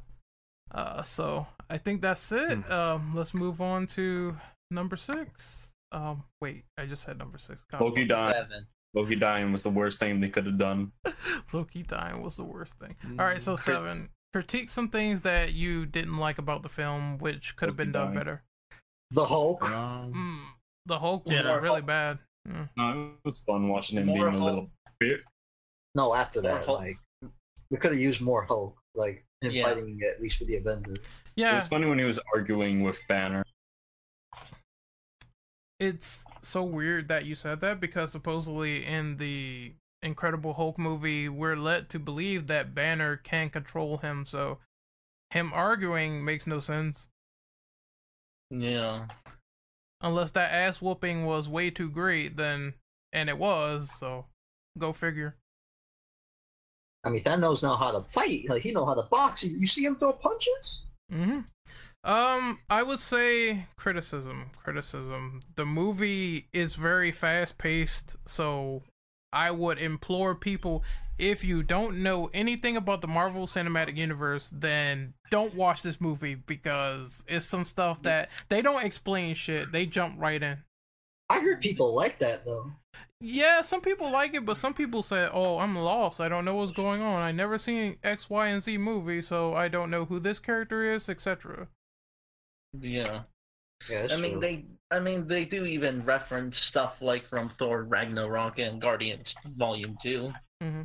Speaker 5: Uh, so I think that's it. Um, let's move on to number six. Um, wait, I just said number six. God,
Speaker 6: Loki dying.
Speaker 2: Seven.
Speaker 6: Loki dying was the worst thing they could have done.
Speaker 5: Loki dying was the worst thing. All right, so seven. Critique some things that you didn't like about the film, which could have
Speaker 6: Loki
Speaker 5: been done
Speaker 6: dying.
Speaker 5: better.
Speaker 3: The Hulk.
Speaker 4: Um,
Speaker 5: Mm, the Hulk was
Speaker 1: Yeah.
Speaker 5: really bad. Mm.
Speaker 6: No, it was fun watching him
Speaker 2: More
Speaker 6: being a
Speaker 2: Hulk.
Speaker 6: little bit.
Speaker 3: No, after that,
Speaker 2: Hulk.
Speaker 3: like we could have used more Hulk, like him
Speaker 2: Yeah.
Speaker 3: fighting at least with the Avengers.
Speaker 6: It
Speaker 5: Yeah,
Speaker 6: was funny when he was arguing with Banner.
Speaker 5: it's so weird that you said that because supposedly in the Incredible Hulk movie, we're led to believe that Banner can control him, so him arguing makes no sense.
Speaker 2: Yeah.
Speaker 5: Unless that ass whooping was way too great, then, and it was, so go figure.
Speaker 3: I mean, Thanos know how to fight. Like he know how to box. You, you see him throw punches.
Speaker 5: hmm Um, I would say criticism. Criticism. The movie is very fast paced, so I would implore people if you don't know anything about the Marvel Cinematic Universe, then don't watch this movie because it's some stuff that they don't explain shit. They jump right in.
Speaker 3: I heard people like that though.
Speaker 5: Yeah, some people like it, but some people say, "Oh, I'm lost. I don't know what's going on. I never seen X, Y, and Z movie, so I don't know who this character is, etc."
Speaker 2: Yeah.
Speaker 3: Yeah, that's
Speaker 2: I mean
Speaker 3: true.
Speaker 2: they I mean they do even reference stuff like from Thor Ragnarok and Guardians Volume 2.
Speaker 5: Mm-hmm.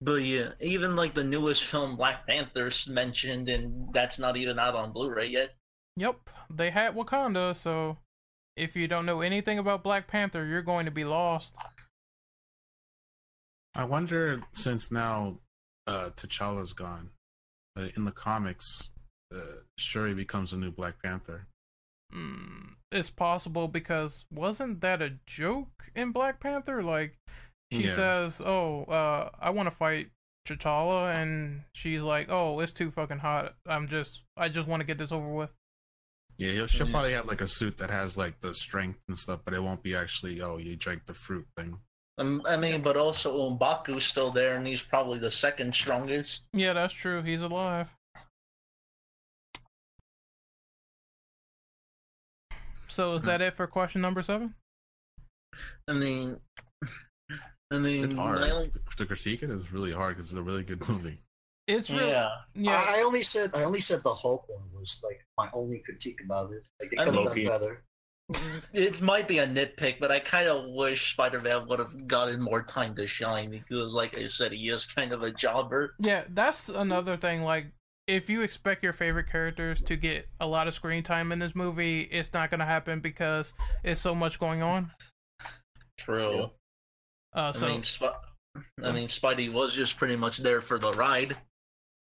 Speaker 2: But yeah, even like the newest film Black Panther's mentioned and that's not even out on Blu-ray yet.
Speaker 5: Yep, they had Wakanda, so if you don't know anything about Black Panther, you're going to be lost.
Speaker 4: I wonder since now uh, T'Challa's gone uh, in the comics, uh, Shuri becomes a new Black Panther.
Speaker 5: Mm, it's possible because wasn't that a joke in Black Panther? Like she
Speaker 4: Yeah.
Speaker 5: says, "Oh, uh, I want to fight Chitala," and she's like, "Oh, it's too fucking hot. I'm just, I just want to get this over with."
Speaker 4: Yeah, he'll, she'll
Speaker 2: Yeah.
Speaker 4: probably have like a suit that has like the strength and stuff, but it won't be actually oh you drank the fruit thing.
Speaker 2: Um, I mean, but also Mbaku's still there, and he's probably the second strongest.
Speaker 5: Yeah, that's true. He's alive. So is that it for question number seven?
Speaker 2: I mean, I mean,
Speaker 4: It's hard
Speaker 2: my only-
Speaker 4: It's- to critique it is really hard because it's a really good movie.
Speaker 5: It's really yeah.
Speaker 2: yeah.
Speaker 3: I, I only said I only said the Hulk one was like my only critique about it. Like they
Speaker 2: I
Speaker 3: could have done
Speaker 6: Loki.
Speaker 3: better.
Speaker 2: It might be a nitpick, but I kind of wish Spider-Man would have gotten more time to shine because, like I said, he is kind of a jobber.
Speaker 5: Yeah, that's another thing. Like, if you expect your favorite characters to get a lot of screen time in this movie, it's not gonna happen because it's so much going on.
Speaker 2: True.
Speaker 3: Yeah.
Speaker 5: Uh,
Speaker 2: I
Speaker 5: so
Speaker 2: mean, Sp- I mean, Spidey was just pretty much there for the ride.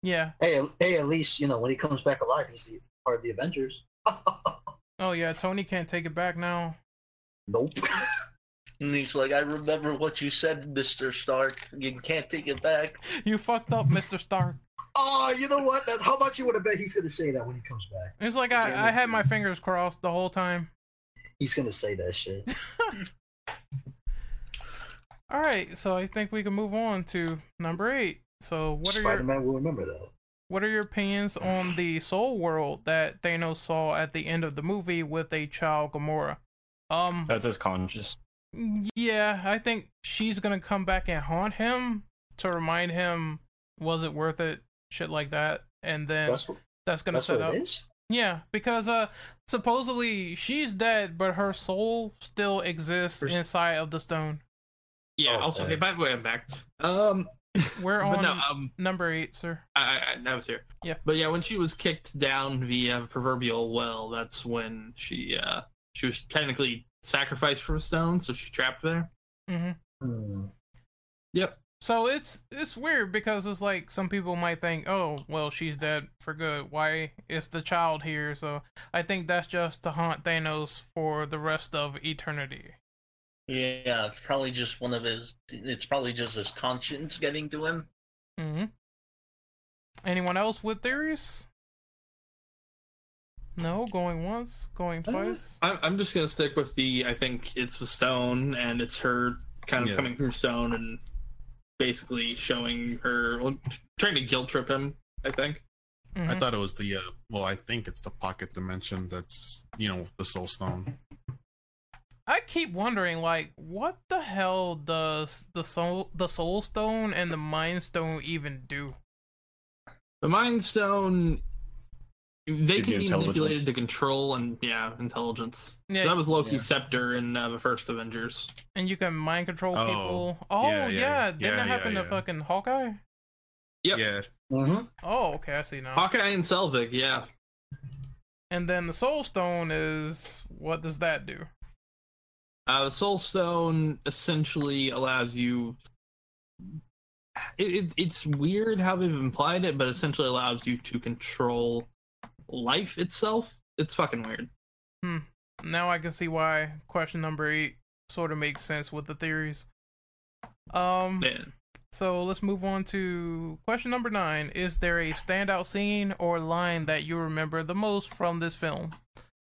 Speaker 5: yeah.
Speaker 3: Hey, at- hey, at least you know when he comes back alive, he's the, part of the Avengers.
Speaker 5: Oh yeah, Tony can't take it back now.
Speaker 3: nope.
Speaker 2: And he's like, "I remember what you said, Mister Stark. You can't take it back."
Speaker 5: You fucked up, Mister Stark.
Speaker 3: Oh, you know what? That, how about you would have bet he's gonna say that when he comes back?
Speaker 5: It's like I, I had my fingers crossed the whole time.
Speaker 3: He's gonna say that shit.
Speaker 5: All right, so I think we can move on to number eight. So what are your
Speaker 3: Spider-Man will remember that.
Speaker 5: what are your opinions on the Soul World that Thanos saw at the end of the movie with a child Gamora? Um,
Speaker 6: That's his conscious.
Speaker 5: yeah, I think she's gonna come back and haunt him to remind him, was it worth it? Shit like that, and then that's,
Speaker 3: That's what
Speaker 5: gonna
Speaker 3: that's
Speaker 5: set
Speaker 3: what
Speaker 5: up.
Speaker 3: it is.
Speaker 5: Yeah, because uh, supposedly she's dead, but her soul still exists
Speaker 1: Her s-
Speaker 5: inside of the stone.
Speaker 1: Yeah.
Speaker 3: Oh,
Speaker 1: also,
Speaker 3: okay.
Speaker 1: hey, by the way, I'm back. Um,
Speaker 5: We're
Speaker 1: but
Speaker 5: on
Speaker 1: no, um,
Speaker 5: number eight, sir.
Speaker 1: I, I- I, that was here.
Speaker 5: Yeah.
Speaker 1: But yeah, when she was kicked down via proverbial well, that's when she uh she was technically sacrificed for a stone, so she's trapped there.
Speaker 5: hmm
Speaker 3: Hmm.
Speaker 1: Yep.
Speaker 5: So it's it's weird because it's like some people might think, oh, well, she's dead for good. Why is the child here? So I think that's just to haunt Thanos for the rest of eternity.
Speaker 2: Yeah, it's probably just one of his. It's probably just his conscience getting to him.
Speaker 5: hmm Anyone else with theories? No, going once,
Speaker 4: Uh,
Speaker 5: going twice.
Speaker 1: I'm, I'm just gonna stick with the. I think it's the stone, and it's her kind of
Speaker 4: Yeah.
Speaker 1: coming from stone and basically showing her, well, trying to guilt trip him. I think.
Speaker 4: I
Speaker 1: Mm-hmm.
Speaker 5: Mhm.
Speaker 4: thought it was the uh, well, I think it's the pocket dimension that's you know the soul stone.
Speaker 5: I keep wondering, like, what the hell does the soul, the Soul Stone, and the Mind Stone even do?
Speaker 1: The mind stone. They
Speaker 6: Gives you
Speaker 1: can be
Speaker 6: intelligence.
Speaker 1: manipulated to control and yeah, intelligence.
Speaker 5: Yeah.
Speaker 1: that was Loki's
Speaker 2: Yeah.
Speaker 1: scepter in uh, the first Avengers.
Speaker 5: And you can mind control
Speaker 4: Oh,
Speaker 5: people. Oh yeah,
Speaker 4: yeah, yeah,
Speaker 5: didn't
Speaker 4: yeah,
Speaker 5: that happen
Speaker 4: yeah,
Speaker 5: to
Speaker 4: yeah.
Speaker 5: fucking Hawkeye?
Speaker 1: Yep.
Speaker 4: Yeah,
Speaker 3: Mhm.
Speaker 5: Oh, okay, I see now.
Speaker 1: Hawkeye and Selvig, yeah.
Speaker 5: and then the Soul Stone is what does that do?
Speaker 1: Uh, the Soul Stone essentially allows you. It, it, it's weird how they've implied it, but essentially allows you to control life itself. It's fucking weird.
Speaker 5: Now I can see why question number eight sort of makes sense with the theories. Um,
Speaker 1: Man.
Speaker 5: so let's move on to question number nine. Is there a standout scene or line that you remember the most from this film?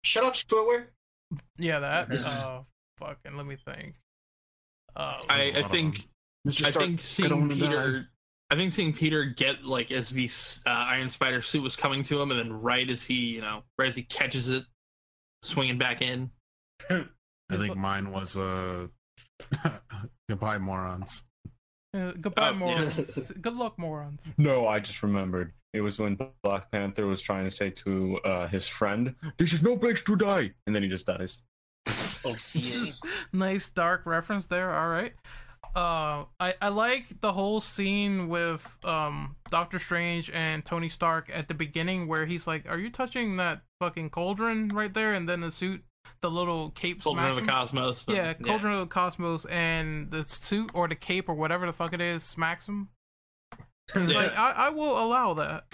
Speaker 3: Shut up, Squidward.
Speaker 5: Yeah, that.
Speaker 2: This is-
Speaker 5: Uh, fucking. Let me think. Uh,
Speaker 1: I,
Speaker 4: There's a
Speaker 1: I
Speaker 4: lot of
Speaker 1: think
Speaker 4: them.
Speaker 1: I think seeing
Speaker 6: on the
Speaker 1: Peter, I think seeing Peter get like as the uh, Iron Spider suit was coming to him, and then right as he, you know, right as he catches it, swinging back in.
Speaker 4: I think mine was uh, goodbye morons.
Speaker 5: uh, goodbye,
Speaker 1: Oh, yeah.
Speaker 5: morons. Good luck, morons.
Speaker 6: No, I just remembered. It was when Black Panther was trying to say to uh, his friend, "This is no place to die," and then he just dies.
Speaker 2: Oh, yeah.
Speaker 5: nice dark reference there. All right. Uh, I I like the whole scene with um Doctor Strange and Tony Stark at the beginning where he's like, "Are you touching that fucking cauldron right there?" And then the suit, the little cape
Speaker 1: Children of
Speaker 5: smacks
Speaker 1: the
Speaker 5: him.
Speaker 1: Cosmos. but-
Speaker 5: yeah, cauldron of the cosmos, and the suit or the cape or whatever the fuck it is smacks him. It's
Speaker 1: Yeah.
Speaker 5: Like I I will allow that.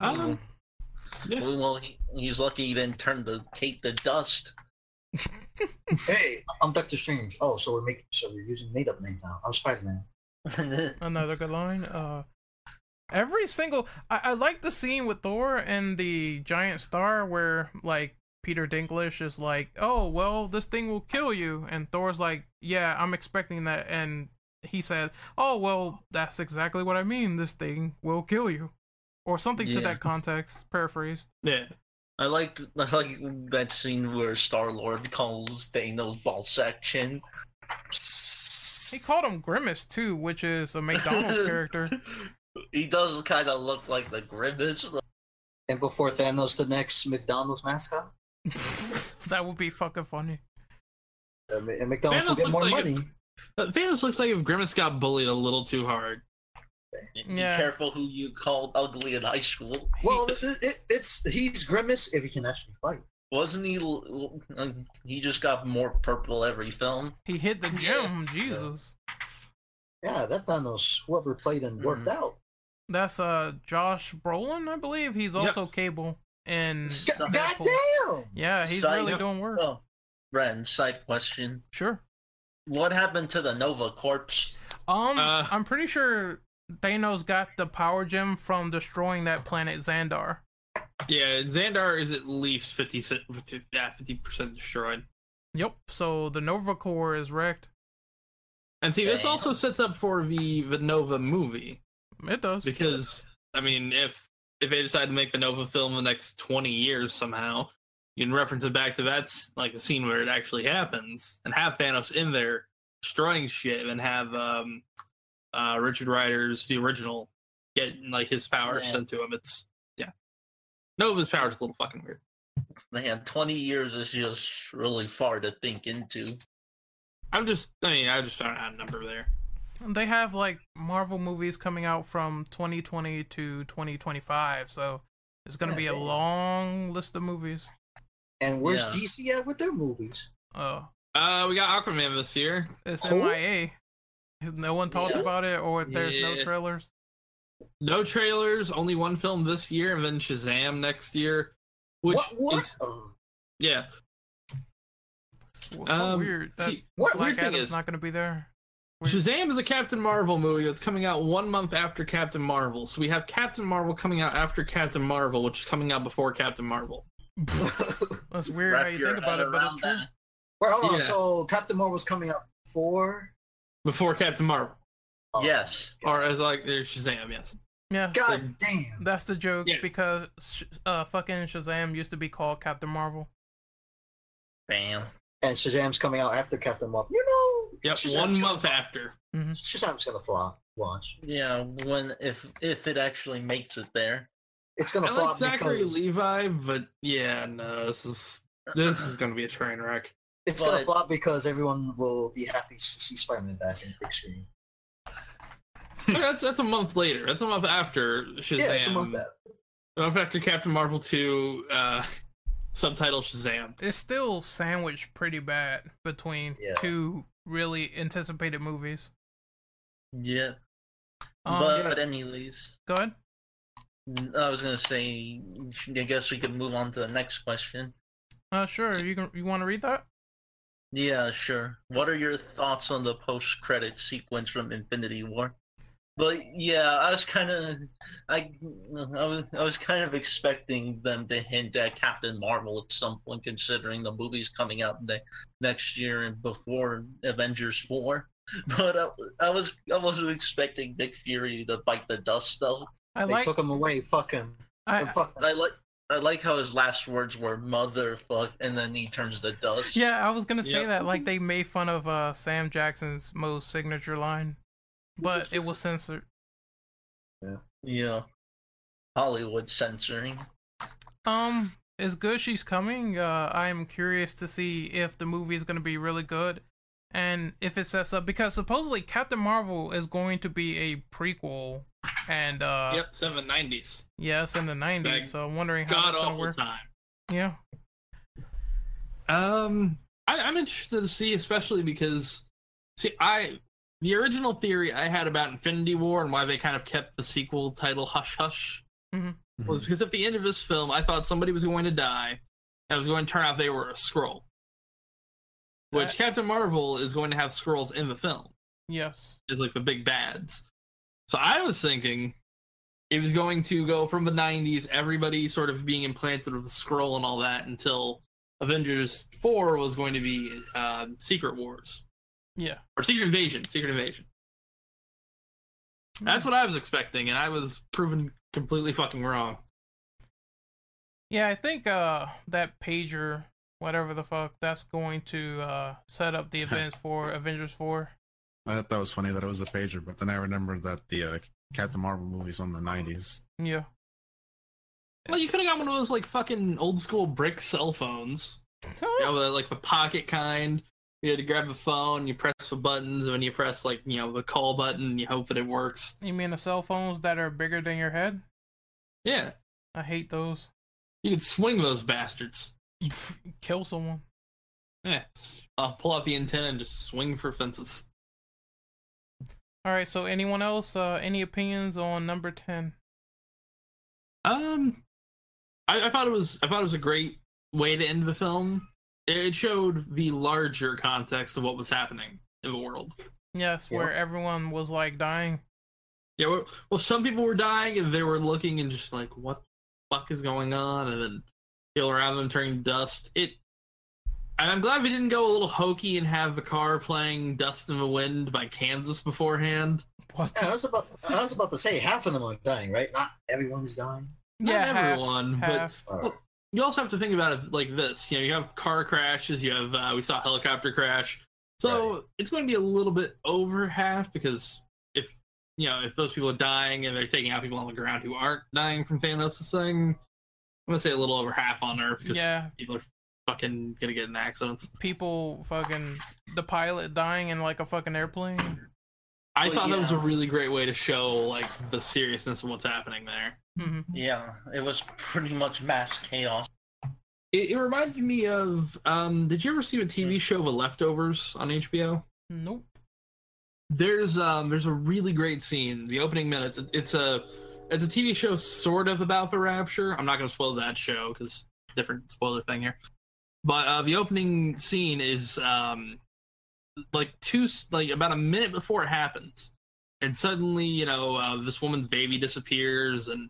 Speaker 1: Um,
Speaker 2: well, he, he's lucky he didn't turn the cape to dust.
Speaker 3: Hey, I'm Doctor Strange. Oh, so we're making so we're using made up names now. Oh, I'm Spider Man.
Speaker 5: another good line. Uh, every single I, I like the scene with Thor and the giant star where like Peter Dinklage is like, "Oh well, this thing will kill you," and Thor's like, "Yeah, I'm expecting that," and he said, "Oh well, that's exactly what I mean. This thing will kill you," or something to
Speaker 2: Yeah.
Speaker 5: that context, paraphrased.
Speaker 1: yeah.
Speaker 2: I liked I like that scene where Star Lord calls Thanos ball section.
Speaker 5: He called him Grimace too, which is a McDonald's character.
Speaker 2: He does kind of look like the grimace.
Speaker 3: And before Thanos, the next McDonald's mascot.
Speaker 5: that would be fucking funny.
Speaker 3: Uh, Ma- and McDonald's will
Speaker 1: Thanos
Speaker 3: get more
Speaker 1: looks like a-
Speaker 3: money.
Speaker 1: Uh, Thanos looks like if Grimace got bullied a little too hard.
Speaker 5: Yeah.
Speaker 2: Be careful who you called ugly in high school.
Speaker 3: Well, it, it, it's he's grimace if he can actually fight.
Speaker 2: Wasn't he? l- l- um, He just got more purple every film.
Speaker 5: He hit the gym, Jesus.
Speaker 3: Yeah, that Thanos, whoever played and worked
Speaker 1: Mm-hmm.
Speaker 2: Mhm.
Speaker 3: out.
Speaker 5: That's uh Josh Brolin, I believe. He's
Speaker 1: Yep.
Speaker 5: also Cable in
Speaker 3: G-
Speaker 2: Son-
Speaker 3: Goddamn!
Speaker 5: yeah, he's
Speaker 2: Side
Speaker 5: really
Speaker 2: note.
Speaker 5: doing work.
Speaker 2: Oh, Ren, side question:
Speaker 5: Sure.
Speaker 2: What happened to the Nova corpse?
Speaker 5: Um,
Speaker 1: Uh.
Speaker 5: I'm pretty sure Thanos got the power gem from destroying that planet Xandar.
Speaker 1: Yeah, Xandar is at least 50 percent destroyed.
Speaker 5: Yep. So the Nova Corps is wrecked.
Speaker 1: And see, this
Speaker 2: Damn.
Speaker 1: also sets up for the the Nova movie
Speaker 5: It does.
Speaker 1: because I mean, if if they decide to make the Nova film in the next 20 years somehow, you can reference it back to that's like a scene where it actually happens and have Thanos in there destroying shit and have um uh Richard Ryder's the original getting like his power
Speaker 2: Yeah.
Speaker 1: sent to him. It's yeah. Nova's power's a little fucking weird.
Speaker 2: Man, 20 years is just really far to think into.
Speaker 1: I'm just I mean, I just found out a number there.
Speaker 5: They have like Marvel movies coming out from 2020 to 2025, so it's gonna
Speaker 3: Yeah,
Speaker 5: be a
Speaker 3: they-
Speaker 5: long list of movies.
Speaker 3: And where's
Speaker 2: Yeah.
Speaker 3: DC at with their movies?
Speaker 5: Uh,
Speaker 1: Uh we got Aquaman this year.
Speaker 5: it's
Speaker 3: Who?
Speaker 5: MIA. No one talked
Speaker 3: Yeah.
Speaker 5: about it, or there's no
Speaker 1: Yeah.
Speaker 5: trailers.
Speaker 1: No trailers, only one film this year and then Shazam next year. Which
Speaker 3: what? What?
Speaker 1: is
Speaker 3: Uh,
Speaker 1: yeah.
Speaker 5: It's so
Speaker 1: Um,
Speaker 5: weird. That
Speaker 1: See,
Speaker 3: what?
Speaker 5: Black
Speaker 1: weird thing
Speaker 5: Adam's
Speaker 1: is-
Speaker 5: not gonna be there. Weird.
Speaker 1: Shazam is a Captain Marvel movie that's coming out one month after Captain Marvel. So we have Captain Marvel coming out after Captain Marvel, which is coming out before Captain Marvel.
Speaker 5: That's weird how you think about it, but it's true.
Speaker 3: Wait, hold on.
Speaker 1: Yeah.
Speaker 3: So Captain Marvel's coming up for.
Speaker 1: Before Captain Marvel.
Speaker 3: Oh,
Speaker 2: Yes.
Speaker 1: Or as like there's Shazam, yes.
Speaker 5: Yeah,
Speaker 3: God damn.
Speaker 5: that's the joke
Speaker 1: Yeah.
Speaker 5: because sh- uh, fucking Shazam used to be called Captain Marvel.
Speaker 2: Bam.
Speaker 3: And Shazam's coming out after Captain Marvel. You know.
Speaker 1: Yep,
Speaker 3: Shazam's
Speaker 1: one
Speaker 3: gonna-
Speaker 1: month after.
Speaker 3: Shazam's gonna flop. Watch.
Speaker 2: Yeah, when if if it actually makes it there.
Speaker 3: It's gonna
Speaker 1: I like
Speaker 3: flop
Speaker 1: Zachary
Speaker 3: because
Speaker 1: Levi, but yeah, no, this is this is gonna be a train wreck.
Speaker 3: it's gonna
Speaker 2: but-
Speaker 3: flop because everyone will be happy to see Spider-Man back in the big screen.
Speaker 1: Okay, that's that's a month later. That's a month after Shazam.
Speaker 3: Yeah, it's a month out.
Speaker 1: A month after Captain Marvel two, uh subtitle Shazam.
Speaker 5: It's still sandwiched pretty bad between
Speaker 3: Yeah.
Speaker 5: two really anticipated movies.
Speaker 2: Yeah.
Speaker 5: Um,
Speaker 2: but at any least,
Speaker 5: go ahead.
Speaker 2: I was gonna say, I guess we can move on to the next question.
Speaker 5: Uh, sure. You can. You want to read that?
Speaker 2: Yeah, sure. What are your thoughts on the post-credit sequence from Infinity War? But yeah, I was kind of, I, I was, I was kind of expecting them to hint at Captain Marvel at some point, considering the movie's coming out ne- next year and before Avengers Four. But I, I was, I wasn't expecting Nick Fury to bite the dust though.
Speaker 5: I
Speaker 3: They
Speaker 5: like.
Speaker 3: took him away. Fuck him.
Speaker 5: I,
Speaker 3: fuck them.
Speaker 2: I like, I like how his last words were "motherfuck," and then he turns to dust.
Speaker 5: yeah, I was gonna say
Speaker 1: Yep.
Speaker 5: that. Like they made fun of uh, Sam Jackson's most signature line, but it was censored.
Speaker 2: yeah. Hollywood censoring.
Speaker 5: Um, it's good she's coming. Uh, I'm curious to see if the movie is going to be really good and if it sets up because supposedly Captain Marvel is going to be a prequel and uh
Speaker 1: yep, seven nineties.
Speaker 5: yes in the 90s.
Speaker 1: Like,
Speaker 5: so I'm wondering how
Speaker 1: God
Speaker 5: that's going to
Speaker 1: awful
Speaker 5: work.
Speaker 1: time.
Speaker 5: Yeah.
Speaker 1: Um, I, I'm interested to see, especially because, see, I the original theory I had about Infinity War and why they kind of kept the sequel title hush hush
Speaker 5: Mhm.
Speaker 1: was because at the end of this film, I thought somebody was going to die, and it was going to turn out they were a scroll. Which
Speaker 5: That-
Speaker 1: Captain Marvel is going to have scrolls in the film
Speaker 5: Yes.
Speaker 1: is like the big bads. So I was thinking it was going to go from the 90s, everybody sort of being implanted with a scroll and all that until Avengers 4 was going to be um, Secret Wars
Speaker 5: Yeah.
Speaker 1: or Secret Invasion. Secret Invasion. That's what I was expecting, and I was proven completely fucking wrong.
Speaker 5: Yeah, I think uh that pager whatever the fuck that's going to uh set up the events for Avengers 4.
Speaker 4: I thought that was funny that it was a pager, but then I remembered that the uh, Captain Marvel movies on the '90s.
Speaker 5: Yeah.
Speaker 1: Well, you could have got one of those like fucking old school brick cell phones. You know, the, like the pocket kind. You had to grab the phone, you press the buttons, and then you press like you know the call button, and you hope that it works.
Speaker 5: You mean the cell phones that are bigger than your head?
Speaker 1: Yeah,
Speaker 5: I hate those.
Speaker 1: you could swing those bastards.
Speaker 5: Kill someone.
Speaker 1: Yeah, s- uh, pull out the antenna and just swing for fences.
Speaker 5: All right. So, anyone else? Uh, any opinions on number ten?
Speaker 1: Um, I, I thought it was I thought it was a great way to end the film. It showed the larger context of what was happening in the world.
Speaker 5: Yes, where everyone was like dying.
Speaker 1: Yeah, well, well, some people were dying and they were looking and just like, what the fuck is going on? And then people around them turning dust. It, and I'm glad we didn't go a little hokey and have the car playing "Dust in the Wind" by Kansas beforehand.
Speaker 5: What?
Speaker 3: Yeah, I was about. I was about to say half of them are dying, right? Not everyone's dying.
Speaker 1: Not
Speaker 5: Yeah, half,
Speaker 1: everyone, but
Speaker 5: half.
Speaker 3: All right.
Speaker 1: you also have to think about it like this. You know, you have car crashes. You have uh, we saw a helicopter crash. So it's going to be a little bit over half because if you know if those people are dying and they're taking out people on the ground who aren't dying from Thanos' thing, I'm gonna say a little over half on Earth because
Speaker 5: Yeah,
Speaker 1: people are fucking gonna get in accidents.
Speaker 5: people fucking the pilot dying in like a fucking airplane.
Speaker 1: I
Speaker 2: Well,
Speaker 1: thought that was a
Speaker 2: yeah.
Speaker 1: really great way to show like the seriousness of what's happening there.
Speaker 5: hmm
Speaker 2: Yeah, it was pretty much mass chaos.
Speaker 1: It, it reminded me of um, did you ever see a TV show, The Leftovers, on HBO?
Speaker 5: Nope.
Speaker 1: there's um there's a really great scene the opening minutes it- it's a it's a tv show sort of about the rapture i'm not going to spoil that show because different spoiler thing here but uh the opening scene is um like two s- like about a minute before it happens and suddenly you know uh, this woman's baby disappears and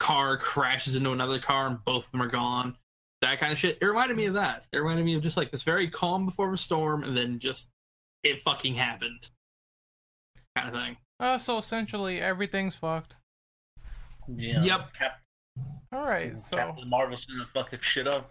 Speaker 1: car crashes into another car and both of them are gone that kind of shit it reminded me of that it reminded me of just like this very calm before the storm and then just it fucking happened kind of thing.
Speaker 5: Uh, so essentially everything's fucked.
Speaker 2: Yeah.
Speaker 1: Yep.
Speaker 2: Cap-
Speaker 5: All right, so
Speaker 2: Captain Marvel's gonna fuck it shit up.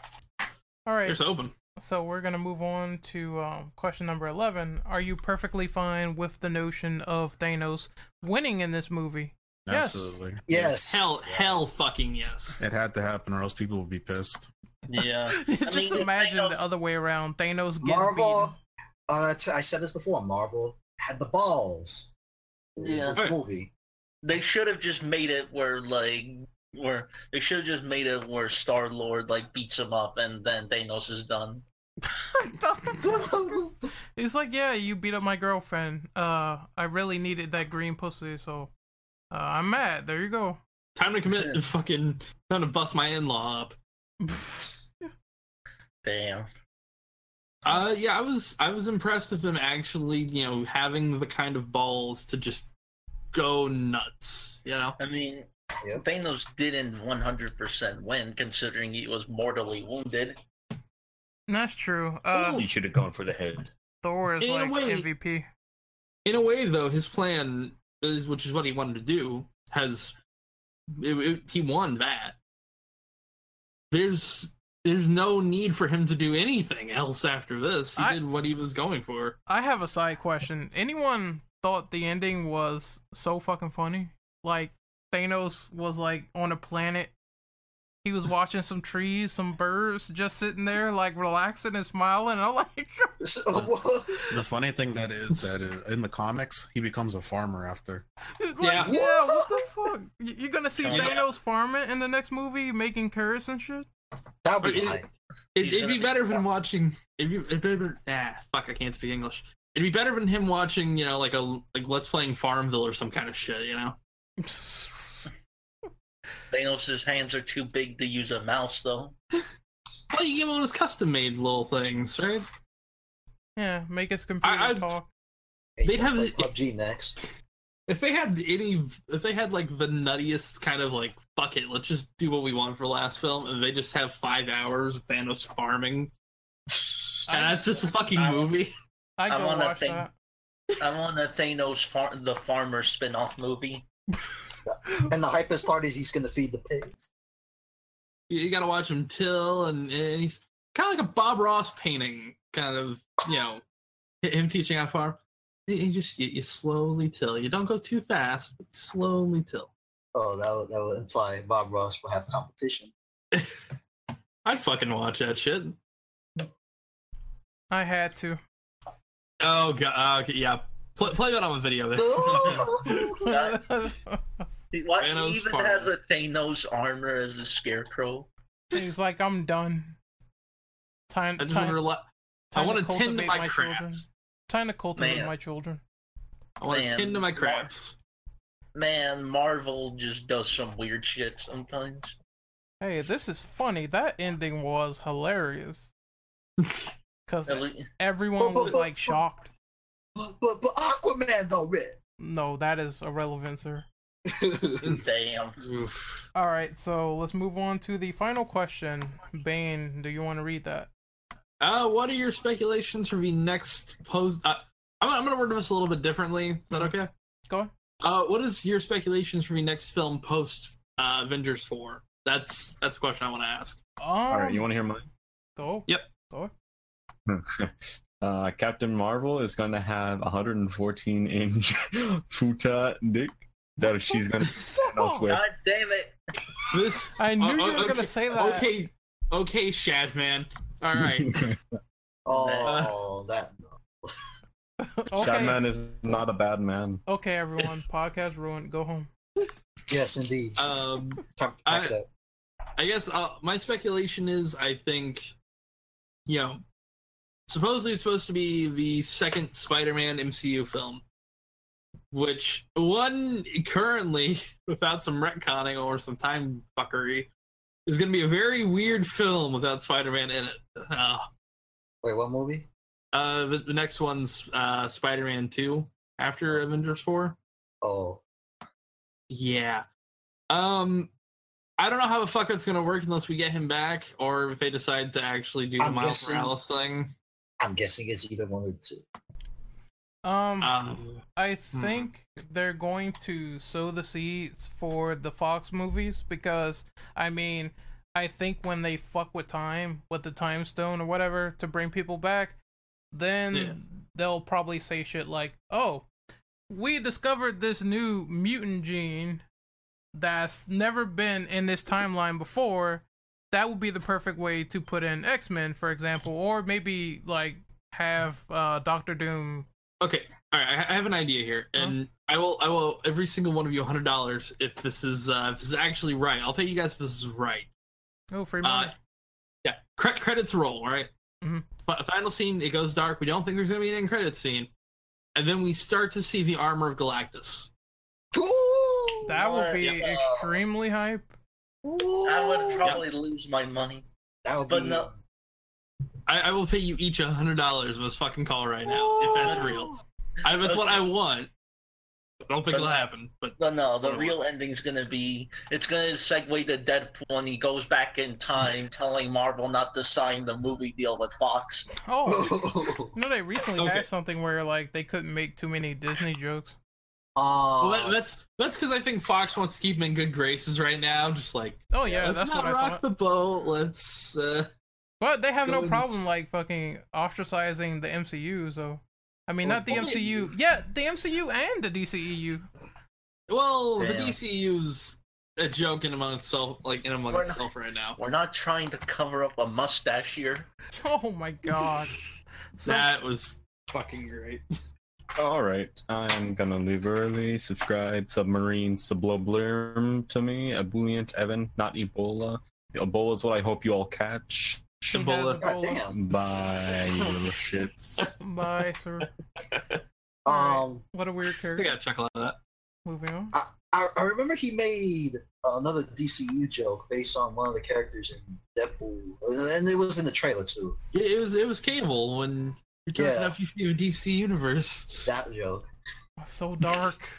Speaker 5: all right,
Speaker 1: Here's open.
Speaker 5: so we're gonna move on to um, question number eleven. Are you perfectly fine with the notion of Thanos winning in this movie? Yes.
Speaker 4: Absolutely.
Speaker 3: Yes.
Speaker 1: Hell, hell, fucking yes.
Speaker 4: It had to happen, or else people would be pissed.
Speaker 2: Yeah.
Speaker 5: Just
Speaker 2: mean,
Speaker 5: imagine
Speaker 2: Thanos-
Speaker 5: the other way around. Thanos gets
Speaker 3: Marvel.
Speaker 5: beaten.
Speaker 3: Uh, t- I said this before. Marvel had the balls. in
Speaker 2: Yeah.
Speaker 3: This movie.
Speaker 2: they should have just made it where like where they should have just made it where Star Lord like beats him up and then Thanos is done.
Speaker 5: He's like, yeah, you beat up my girlfriend. Uh, I really needed that green pussy, so uh, I'm mad. There you go.
Speaker 1: Time to commit and fucking time to bust my in-law up.
Speaker 2: Damn.
Speaker 1: Uh, yeah, I was I was impressed with them actually, you know, having the kind of balls to just go nuts. You know,
Speaker 2: I mean,
Speaker 3: Yep.
Speaker 2: Thanos didn't 100% win considering he was mortally wounded.
Speaker 5: That's true. Uh,
Speaker 6: You should have gone for the head.
Speaker 5: Thor is
Speaker 1: In a
Speaker 5: like
Speaker 1: way-
Speaker 5: MVP.
Speaker 1: in a way though, his plan is, which is what he wanted to do, has it, it- he won that. There's there's no need for him to do anything else after this. He
Speaker 5: I-
Speaker 1: did what he was going for.
Speaker 5: I have a side question. Anyone thought the ending was so fucking funny? Like Thanos was like on a planet. He was watching some trees, some birds, just sitting there like relaxing and smiling. And I'm like,
Speaker 3: So, what?
Speaker 4: The funny thing that is that is, in the comics, he becomes a farmer after.
Speaker 5: like,
Speaker 1: Yeah.
Speaker 5: yeah, what the fuck? You- You're gonna see
Speaker 2: Yeah.
Speaker 5: Thanos farming in the next movie, making curse and shit.
Speaker 3: that
Speaker 1: But
Speaker 3: would be
Speaker 1: it-
Speaker 3: hype.
Speaker 1: It,
Speaker 2: He's
Speaker 1: it'd
Speaker 2: gonna
Speaker 1: be
Speaker 2: be
Speaker 1: better than
Speaker 2: fucked.
Speaker 1: watching. It'd be, it'd be better. Ah, fuck! I can't speak English. It'd be better than him watching, you know, like a like Let's Playing Farmville or some kind of shit, you know.
Speaker 2: Thanos' hands are too big to use a mouse, though.
Speaker 1: Well, you get one of those custom made little things, right?
Speaker 5: Yeah, make his computer
Speaker 1: I-
Speaker 5: talk.
Speaker 3: He's
Speaker 1: They'd
Speaker 3: gonna
Speaker 1: have-
Speaker 3: play PUBG next.
Speaker 1: If they had any, if they had like the nuttiest kind of like bucket, let's just do what we want for last film, and they just have five hours of Thanos farming, and that's just a fucking
Speaker 2: I-
Speaker 1: movie.
Speaker 5: I
Speaker 2: I'm
Speaker 5: go
Speaker 2: on that
Speaker 5: watch
Speaker 2: thing.
Speaker 5: that.
Speaker 2: I want a Thanos far- the farmer spin-off movie.
Speaker 3: and the hypest part is he's gonna feed the pigs.
Speaker 1: You, you gotta watch him till, and, and he's kind of like a Bob Ross painting, kind of, you know, hi- him teaching on a farm. You, you just you, you slowly till. You don't go too fast, but slowly till.
Speaker 3: Oh, that would, that would imply Bob Ross will have competition.
Speaker 1: I'd fucking watch that shit.
Speaker 5: I had to.
Speaker 1: Oh god, okay, yeah. Play, play that on a video there.
Speaker 3: oh,
Speaker 2: He- What, he
Speaker 1: Thanos
Speaker 2: even
Speaker 1: farmer.
Speaker 2: has a Thanos armor as a scarecrow.
Speaker 5: He's like, I'm done. Time,
Speaker 1: I just
Speaker 5: time,
Speaker 1: want to rela- I
Speaker 5: time
Speaker 1: want to
Speaker 5: to
Speaker 1: tend to
Speaker 5: cultivate
Speaker 1: my,
Speaker 5: my children.
Speaker 1: crabs.
Speaker 5: time to cultivate
Speaker 2: Man.
Speaker 5: my children.
Speaker 1: I want to
Speaker 2: Man,
Speaker 1: tend to my
Speaker 2: Lord.
Speaker 1: crabs.
Speaker 2: Man, Marvel just does some weird shit sometimes.
Speaker 5: Hey, this is funny. That ending was hilarious. Cause
Speaker 2: At least-
Speaker 5: everyone was like shocked.
Speaker 3: but, but but Aquaman though, Rick.
Speaker 5: No, that is irrelevant, sir.
Speaker 2: Damn.
Speaker 1: Oof.
Speaker 5: All right, so let's move on to the final question. Bane, do you want to read that?
Speaker 1: Uh, what are your speculations for the next post? Uh, I'm, I'm gonna word this a little bit differently. Is that okay?
Speaker 5: Go on.
Speaker 1: Uh, what is your speculations for the next film post uh, Avengers Four? That's that's a question I want to ask.
Speaker 5: Um,
Speaker 6: All right, you want to hear mine?
Speaker 5: go?
Speaker 1: Yep.
Speaker 5: Go.
Speaker 6: Uh, Captain Marvel is going to have 114 inch futa dick that she's going to stand elsewhere.
Speaker 2: God damn it!
Speaker 1: This
Speaker 5: I knew
Speaker 1: Oh,
Speaker 5: you
Speaker 1: oh,
Speaker 5: were
Speaker 1: okay,
Speaker 5: gonna say that.
Speaker 1: Okay, okay, Shad man. All right, Uh,
Speaker 3: Oh, that.
Speaker 5: Okay.
Speaker 6: Shadman is not a bad man.
Speaker 5: Okay, everyone. Podcast ruined. Go home.
Speaker 3: Yes, indeed.
Speaker 1: um,
Speaker 3: Time to
Speaker 1: I-
Speaker 3: pack it up.
Speaker 1: I guess uh, my speculation is I think, you know, supposedly it's supposed to be the second Spider-Man MCU film, which one currently, without some retconning or some time fuckery, is going to be a very weird film without Spider-Man in it. Uh,
Speaker 3: Wait, what movie?
Speaker 1: uh, the, the next one's uh, Spider-Man Two after Avengers Four.
Speaker 3: Oh,
Speaker 1: Yeah. Um I don't know how the fuck that's gonna work unless we get him back or if they decide to actually do the
Speaker 3: I'm
Speaker 1: Miles
Speaker 3: guessing-
Speaker 1: Morales thing.
Speaker 3: I'm guessing it's either one of the two.
Speaker 5: Um,
Speaker 1: Um
Speaker 5: I think they're going to sow the seeds for the Fox movies because I mean, I think when they fuck with time, with the time stone or whatever to bring people back, then
Speaker 1: Yeah.
Speaker 5: they'll probably say shit like, "Oh, we discovered this new mutant gene that's never been in this timeline before." That would be the perfect way to put in X Men, for example, or maybe like have uh, Doctor Doom
Speaker 1: okay. Alright, I I have an idea here. And I will I will every single one of you hundred dollars if this is uh if this is actually right. I'll pay you guys if this is right.
Speaker 5: Oh, free
Speaker 1: Uh
Speaker 5: money.
Speaker 1: yeah. Cre- credits roll, right?
Speaker 5: Mhm.
Speaker 1: But final scene, it goes dark. We don't think there's gonna be an end credits scene. And then we start to see the armor of Galactus.
Speaker 3: Ooh,
Speaker 5: that would be
Speaker 2: yeah.
Speaker 5: extremely hype.
Speaker 3: ooh.
Speaker 2: I would probably lose my money.
Speaker 3: That would
Speaker 2: but
Speaker 3: be.
Speaker 2: no.
Speaker 1: I, I will pay you each a hundred dollars on this fucking call right now, if that's real. I, that's what I want. I don't think it'll happen, but
Speaker 2: No, no, the
Speaker 1: Whatever.
Speaker 2: real ending's gonna be it's gonna segue to Deadpool when he goes back in time, telling Marvel not to sign the movie deal with Fox.
Speaker 5: Oh, you know they recently
Speaker 1: Okay.
Speaker 5: had something where like they couldn't make too many Disney jokes.
Speaker 1: well,
Speaker 2: Uh,
Speaker 3: Oh,
Speaker 1: that, that's that's because I think Fox wants to keep him in good graces right now. Just like,
Speaker 5: Oh yeah,
Speaker 1: let's
Speaker 5: that's
Speaker 1: not
Speaker 5: what I
Speaker 1: rock
Speaker 5: thought.
Speaker 1: the boat. Let's. Uh,
Speaker 5: But they have
Speaker 1: go
Speaker 5: no
Speaker 1: and
Speaker 5: problem
Speaker 1: s-
Speaker 5: like fucking ostracizing the MCU. So, I mean,
Speaker 1: Or
Speaker 5: not the
Speaker 1: bullying
Speaker 5: MCU.
Speaker 1: you.
Speaker 5: Yeah, the MCU and the E DCEU.
Speaker 1: well,
Speaker 2: Damn.
Speaker 1: the DCU's a joke in among itself, like in among
Speaker 2: We're not-
Speaker 1: itself right now.
Speaker 2: We're not trying to cover up a mustache here.
Speaker 5: Oh my god. So,
Speaker 1: That was fucking great.
Speaker 6: All right, I'm gonna leave early. Subscribe, submarine, subloblerm to me. Ebullient, Evan, not Ebola. Ebola is what I hope you all catch.
Speaker 5: he has
Speaker 1: Ebola.
Speaker 3: God
Speaker 5: Ebola.
Speaker 3: damn.
Speaker 6: Bye, you little shits.
Speaker 5: Bye, sir.
Speaker 3: Um,
Speaker 5: What a weird
Speaker 1: I
Speaker 5: character.
Speaker 1: got a chuckle out of that.
Speaker 5: Moving on.
Speaker 3: I, I remember he made another DCU joke based on one of the characters in Deadpool, and it was in the trailer too.
Speaker 1: It, it was it was Cable when you're talking
Speaker 3: Yeah.
Speaker 1: about the DC universe.
Speaker 3: That joke.
Speaker 5: So dark.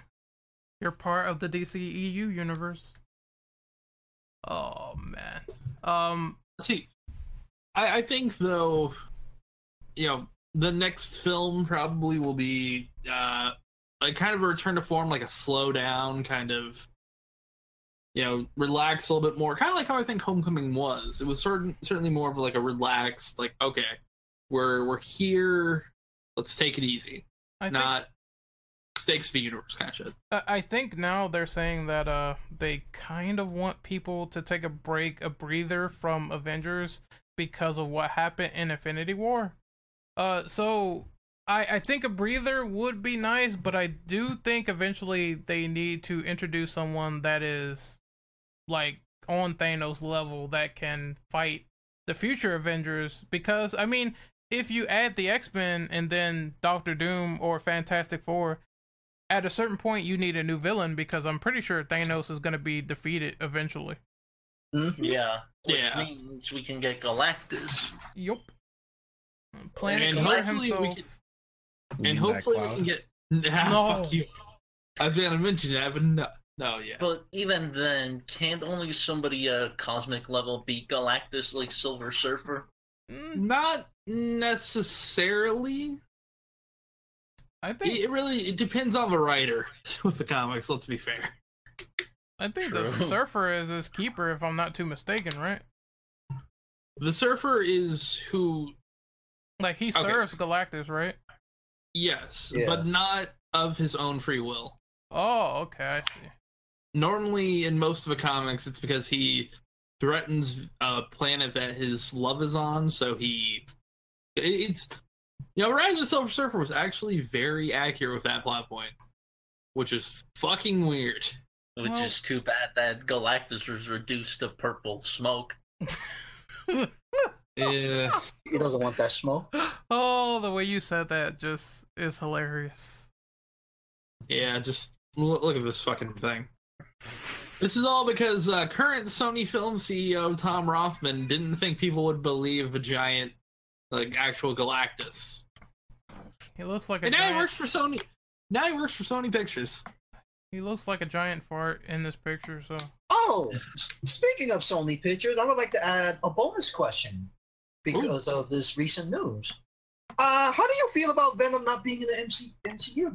Speaker 5: You're part of the DCEU universe. Oh man. Um
Speaker 1: see I, I think though you know the next film probably will be uh like kind of a return to form like a slow down kind of you know relax a little bit more kind of like how i think homecoming was it was certain, certainly more of like a relaxed like okay we're we're here let's take it easy
Speaker 5: I think
Speaker 1: not stakes the universe kind of shit
Speaker 5: I I think now they're saying that uh they kind of want people to take a break, a breather from Avengers because of what happened in Infinity War. Uh so I I think a breather would be nice, but I do think eventually they need to introduce someone that is like on Thanos level that can fight the future Avengers because I mean if you add the X-Men and then Doctor Doom or Fantastic 4 at a certain point you need a new villain because I'm pretty sure Thanos is going to be defeated eventually.
Speaker 3: Mhm.
Speaker 2: Yeah. Which
Speaker 1: Yeah.
Speaker 2: means we can get Galactus.
Speaker 5: Yup. Planet
Speaker 1: And
Speaker 5: Color
Speaker 1: hopefully we
Speaker 5: himself.
Speaker 1: and
Speaker 4: You mean that
Speaker 1: hopefully we
Speaker 4: cloud?
Speaker 1: can get nah,
Speaker 5: No.
Speaker 1: fuck you i was gonna mention that but no no yeah
Speaker 2: But even then, can't only somebody at a cosmic level beat Galactus like Silver Surfer?
Speaker 5: Mm,
Speaker 1: Not necessarily.
Speaker 5: I
Speaker 1: It,
Speaker 5: think
Speaker 1: it really it depends on the writer with the comics. Let's be fair.
Speaker 5: I think the
Speaker 6: True.
Speaker 5: surfer is his keeper, if I'm not too mistaken, right?
Speaker 1: The surfer is who
Speaker 5: Like he
Speaker 1: Okay.
Speaker 5: serves Galactus, right?
Speaker 1: yes,
Speaker 3: Yeah.
Speaker 1: but not of his own free will.
Speaker 5: Oh, okay, I see.
Speaker 1: normally in most of the comics it's because he threatens a planet that his love is on so he it- it's you know rise of the silver surfer was actually very accurate with that plot point which is fucking weird
Speaker 2: Which
Speaker 5: Well-
Speaker 2: is too bad that Galactus was reduced to purple smoke.
Speaker 1: yeah
Speaker 3: He doesn't want that smoke.
Speaker 5: Oh, the way you said that just is hilarious.
Speaker 1: yeah just look, look at this fucking thing this is all because uh, current sony film ceo tom rothman didn't think people would believe a giant like actual galactus
Speaker 5: He looks like a
Speaker 1: and now
Speaker 5: giant,
Speaker 1: he works for sony now he works for sony pictures
Speaker 5: he looks like a giant fart in this picture, so
Speaker 3: Oh, s- speaking of Sony Pictures, I would like to add a bonus question because of this recent news. Uh, how do you feel about Venom not being in the MC- MCU?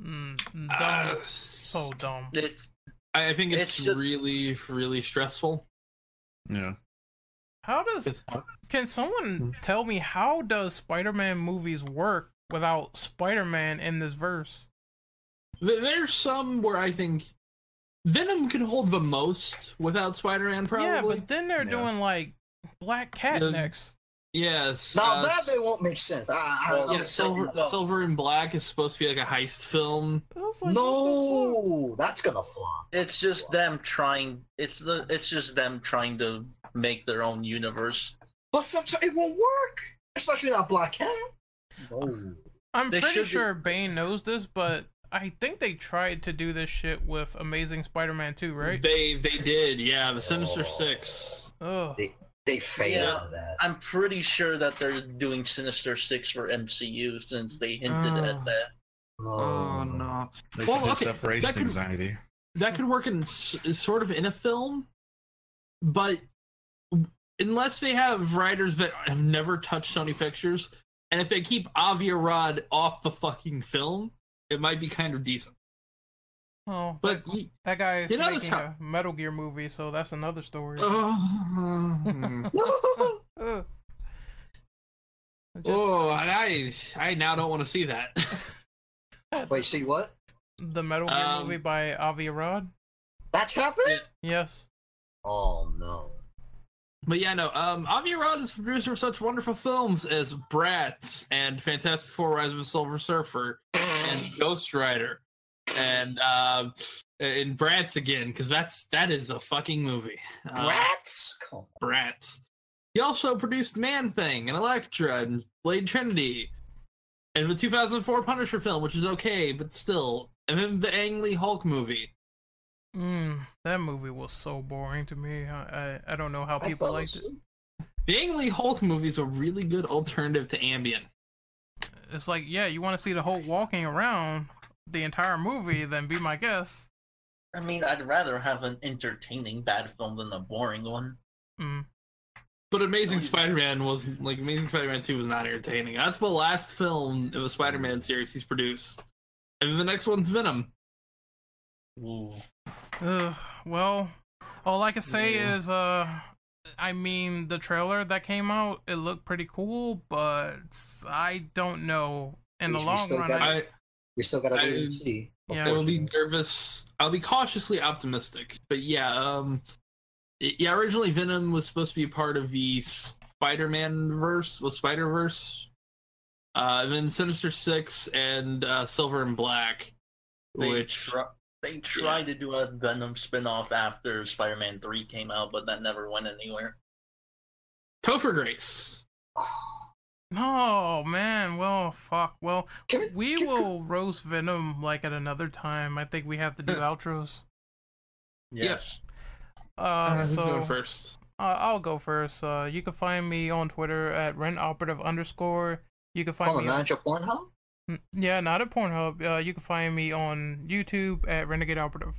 Speaker 5: mm, dumb.
Speaker 1: Uh,
Speaker 5: so dumb.
Speaker 2: It's
Speaker 1: I I think it's,
Speaker 2: It's just-
Speaker 1: really, really stressful.
Speaker 4: Yeah.
Speaker 5: How does
Speaker 1: It's-
Speaker 5: can
Speaker 1: Hmm.
Speaker 5: someone tell me how does Spider-Man movies work without Spider-Man in this verse?
Speaker 1: Th- There's some where I think Venom can hold the most without Spider-Man, probably.
Speaker 5: Yeah, but then they're
Speaker 4: Yeah.
Speaker 5: doing like Black Cat
Speaker 1: Yeah.
Speaker 5: next.
Speaker 1: yes.
Speaker 3: Now
Speaker 1: uh,
Speaker 3: that they won't make sense. I, I
Speaker 2: Well,
Speaker 1: yeah,
Speaker 2: I'm
Speaker 1: Silver,
Speaker 2: saying, well-
Speaker 1: Silver and Black is supposed to be like a heist film.
Speaker 5: I was like, what
Speaker 3: no, that's gonna flop.
Speaker 2: it's just them trying. It's the it's just them trying to make their own universe.
Speaker 3: But sometimes it won't work, especially not Black Cat. No.
Speaker 5: the fuck? I'm
Speaker 2: They
Speaker 5: pretty
Speaker 2: should be-
Speaker 5: sure Bane knows this, but I think they tried to do this shit with Amazing Spider-Man 2, right?
Speaker 1: They they did, yeah. The Sinister
Speaker 3: Oh.
Speaker 1: Six.
Speaker 5: Ugh.
Speaker 3: They- They failed
Speaker 2: Yeah.
Speaker 3: on that.
Speaker 2: I'm pretty sure that they're doing Sinister Six for MCU since they hinted
Speaker 5: Ah.
Speaker 2: at that.
Speaker 3: No.
Speaker 1: Oh no,
Speaker 4: They
Speaker 1: Well,
Speaker 4: should do
Speaker 1: okay,
Speaker 4: separation
Speaker 1: that could-
Speaker 4: anxiety.
Speaker 1: that could work in s- sort of in a film, but unless they have writers that have never touched Sony Pictures, and if they keep Avi Arad off the fucking film, it might be kind of decent.
Speaker 5: Oh,
Speaker 1: But
Speaker 5: but
Speaker 1: y-
Speaker 5: that guy is
Speaker 1: you notice
Speaker 5: making
Speaker 1: how- Uh-huh.
Speaker 5: a Metal Gear movie, so that's another story.
Speaker 1: oh,
Speaker 3: No.
Speaker 5: Ugh. Just-
Speaker 1: oh, and I I now don't want to see that.
Speaker 3: Wait, see what?
Speaker 5: The Metal Gear
Speaker 1: Um,
Speaker 5: movie by Avi Arad.
Speaker 3: That's happening?
Speaker 5: Yes.
Speaker 3: Oh no.
Speaker 1: but yeah, no. Um, Avi Arad is the producer of such wonderful films as Bratz and Fantastic Four: Rise of the Silver Surfer and Ghost Rider, and um, and Bratz again because that's that is a fucking movie. Uh,
Speaker 3: Rats? Come
Speaker 1: brats. He also produced Man Thing and Elektra and Blade Trinity and the 2004 Punisher film, which is okay, but still. And then the Ang Lee Hulk movie.
Speaker 5: Mm, that movie was so boring to me. I I, I don't know how
Speaker 3: I
Speaker 5: people
Speaker 3: fell
Speaker 5: liked it.
Speaker 3: asleep.
Speaker 1: The Ang Lee Hulk movie is a really good alternative to Ambien.
Speaker 5: It's like, yeah, you want to see the whole walking around the entire movie, then be my guest.
Speaker 2: I mean, I'd rather have an entertaining bad film than a boring one.
Speaker 5: Mm.
Speaker 1: But Amazing Spider-Man wasn't like Amazing Spider-Man 2 was not entertaining. That's the last film of the Spider-Man series he's produced. And then the next one's Venom.
Speaker 5: Ugh, well, all I can say
Speaker 1: Yeah.
Speaker 5: is, uh, I mean, the trailer that came out, it looked pretty cool, but I don't know. In the
Speaker 3: We- we
Speaker 5: long
Speaker 3: still
Speaker 5: run,
Speaker 3: got
Speaker 5: I,
Speaker 1: I,
Speaker 3: We still gotta wait
Speaker 1: I-
Speaker 3: and see.
Speaker 5: Yeah.
Speaker 1: I will be nervous. I'll be cautiously optimistic. But yeah, um it- yeah, originally Venom was supposed to be part of the Spider-Man verse, well Spider-Verse. Uh and then Sinister 6 and uh Silver and Black,
Speaker 2: They
Speaker 1: which
Speaker 2: tr- they tried to do a Venom spin-off after Spider-Man 3 came out, but that never went anywhere.
Speaker 1: Topher Grace.
Speaker 3: Oh,
Speaker 5: no, man. Well, fuck. Well,
Speaker 3: Can we,
Speaker 5: we
Speaker 3: can-
Speaker 5: will roast Venom like at another time. I think we have to do outros.
Speaker 2: Yes.
Speaker 5: Uh,
Speaker 1: who's
Speaker 5: so
Speaker 1: going first?
Speaker 5: Uh, I'll go first. Uh, you can find me on Twitter at renoperative underscore. You can find
Speaker 3: Hold on,
Speaker 5: me.
Speaker 3: not your Pornhub?
Speaker 5: on, yeah, not at Pornhub. Uh, you can find me on YouTube at Renegade Operative.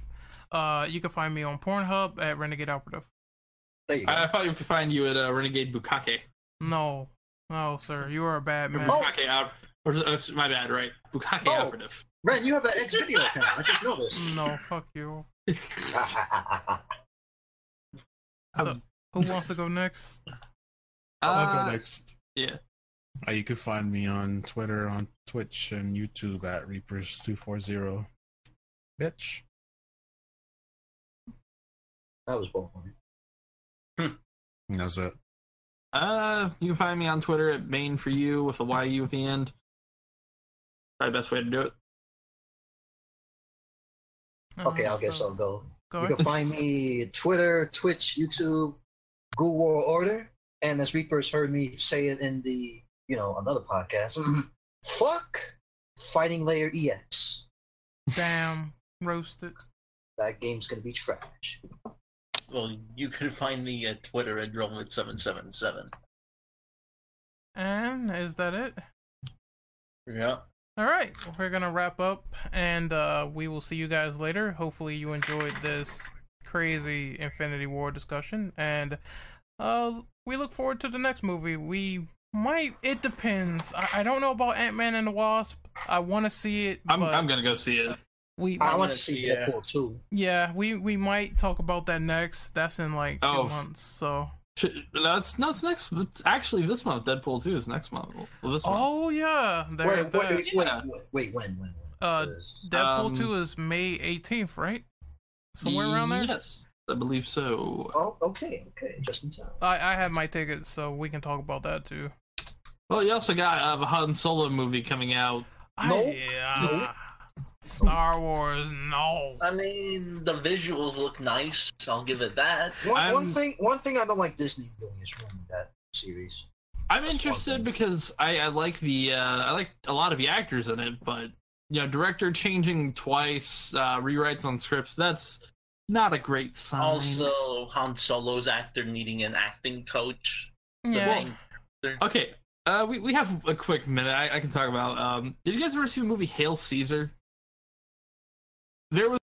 Speaker 5: Uh, you can find me on Pornhub at Renegade Operative.
Speaker 3: There you go.
Speaker 1: I, I thought you could find you at uh, Renegade Bukake.
Speaker 5: No, no, sir, you are a bad man.
Speaker 3: Oh.
Speaker 1: Bukake op- or, uh, my bad, right? Bukake
Speaker 3: Oh.
Speaker 1: operative.
Speaker 3: Ren, you have an X video account. I just noticed.
Speaker 5: No, fuck you. So, who wants to go next?
Speaker 4: I'll
Speaker 1: Uh,
Speaker 4: go next.
Speaker 1: yeah.
Speaker 4: Uh, you can find me on Twitter, on Twitch, and YouTube at Reapers240. Bitch.
Speaker 3: that was boring.
Speaker 5: Uh-huh,
Speaker 4: And That's it.
Speaker 1: Uh, you can find me on Twitter at main for you with a YU at the end. Probably best way to do it.
Speaker 3: Okay,
Speaker 5: Uh,
Speaker 3: I guess
Speaker 5: so-
Speaker 3: I'll go.
Speaker 5: Go
Speaker 3: You
Speaker 5: ahead.
Speaker 3: can find me Twitter, Twitch, YouTube, Google Order, and as Reapers heard me say it in the you know another podcast, fuck Fighting Layer E EX.
Speaker 5: Damn, roasted.
Speaker 3: That game's gonna be trash.
Speaker 2: Well, you can find me at Twitter at Roman777.
Speaker 5: And is that it?
Speaker 2: Yeah.
Speaker 5: All right, we're gonna wrap up, and uh, we will see you guys later. Hopefully, you enjoyed this crazy Infinity War discussion, and uh, we look forward to the next movie. We might. It depends. I, I don't know about Ant Man and the Wasp. I want to see it.
Speaker 1: I'm
Speaker 5: but
Speaker 1: I'm gonna go see it.
Speaker 5: we
Speaker 3: I want
Speaker 2: I'm gonna
Speaker 3: to see
Speaker 2: see, uh,
Speaker 3: Deadpool too.
Speaker 5: yeah we we might talk about that next. That's in like two
Speaker 1: Oh.
Speaker 5: months. So
Speaker 1: Sh- No, it's no, it's next. It's actually this month. Deadpool two is next month. Well, this month.
Speaker 5: oh yeah, there's
Speaker 3: Wait, wait,
Speaker 5: that.
Speaker 3: wait, wait,
Speaker 1: Yeah.
Speaker 3: wait, wait, when, when, when?
Speaker 5: Uh,
Speaker 3: 'Cause-
Speaker 5: Deadpool
Speaker 1: Um,
Speaker 5: two is May eighteenth, right? Somewhere around there.
Speaker 1: Yes, I believe so.
Speaker 3: oh, okay, okay, just in time.
Speaker 5: I, I have my tickets, so we can talk about that too.
Speaker 1: Well, you also got uh, a Han Solo movie coming out.
Speaker 3: Nope.
Speaker 5: yeah. uh, Star Wars, no.
Speaker 2: I mean, the visuals look nice. I'll give it that.
Speaker 3: One, one
Speaker 1: I'm-
Speaker 3: thing, one thing I don't like Disney doing is ruining that series.
Speaker 1: I'm
Speaker 3: That's
Speaker 1: interested
Speaker 3: awesome.
Speaker 1: because I, I like the uh, I like a lot of the actors in it, but you know, director changing twice, uh, rewrites on scripts. That's not a great sign.
Speaker 2: Also, Han Solo's actor needing an acting coach.
Speaker 5: Yeah.
Speaker 2: Well, they're-
Speaker 1: okay, uh, we we have a quick minute. I, I can talk about. Um, did you guys ever see the movie Hail Caesar? There was.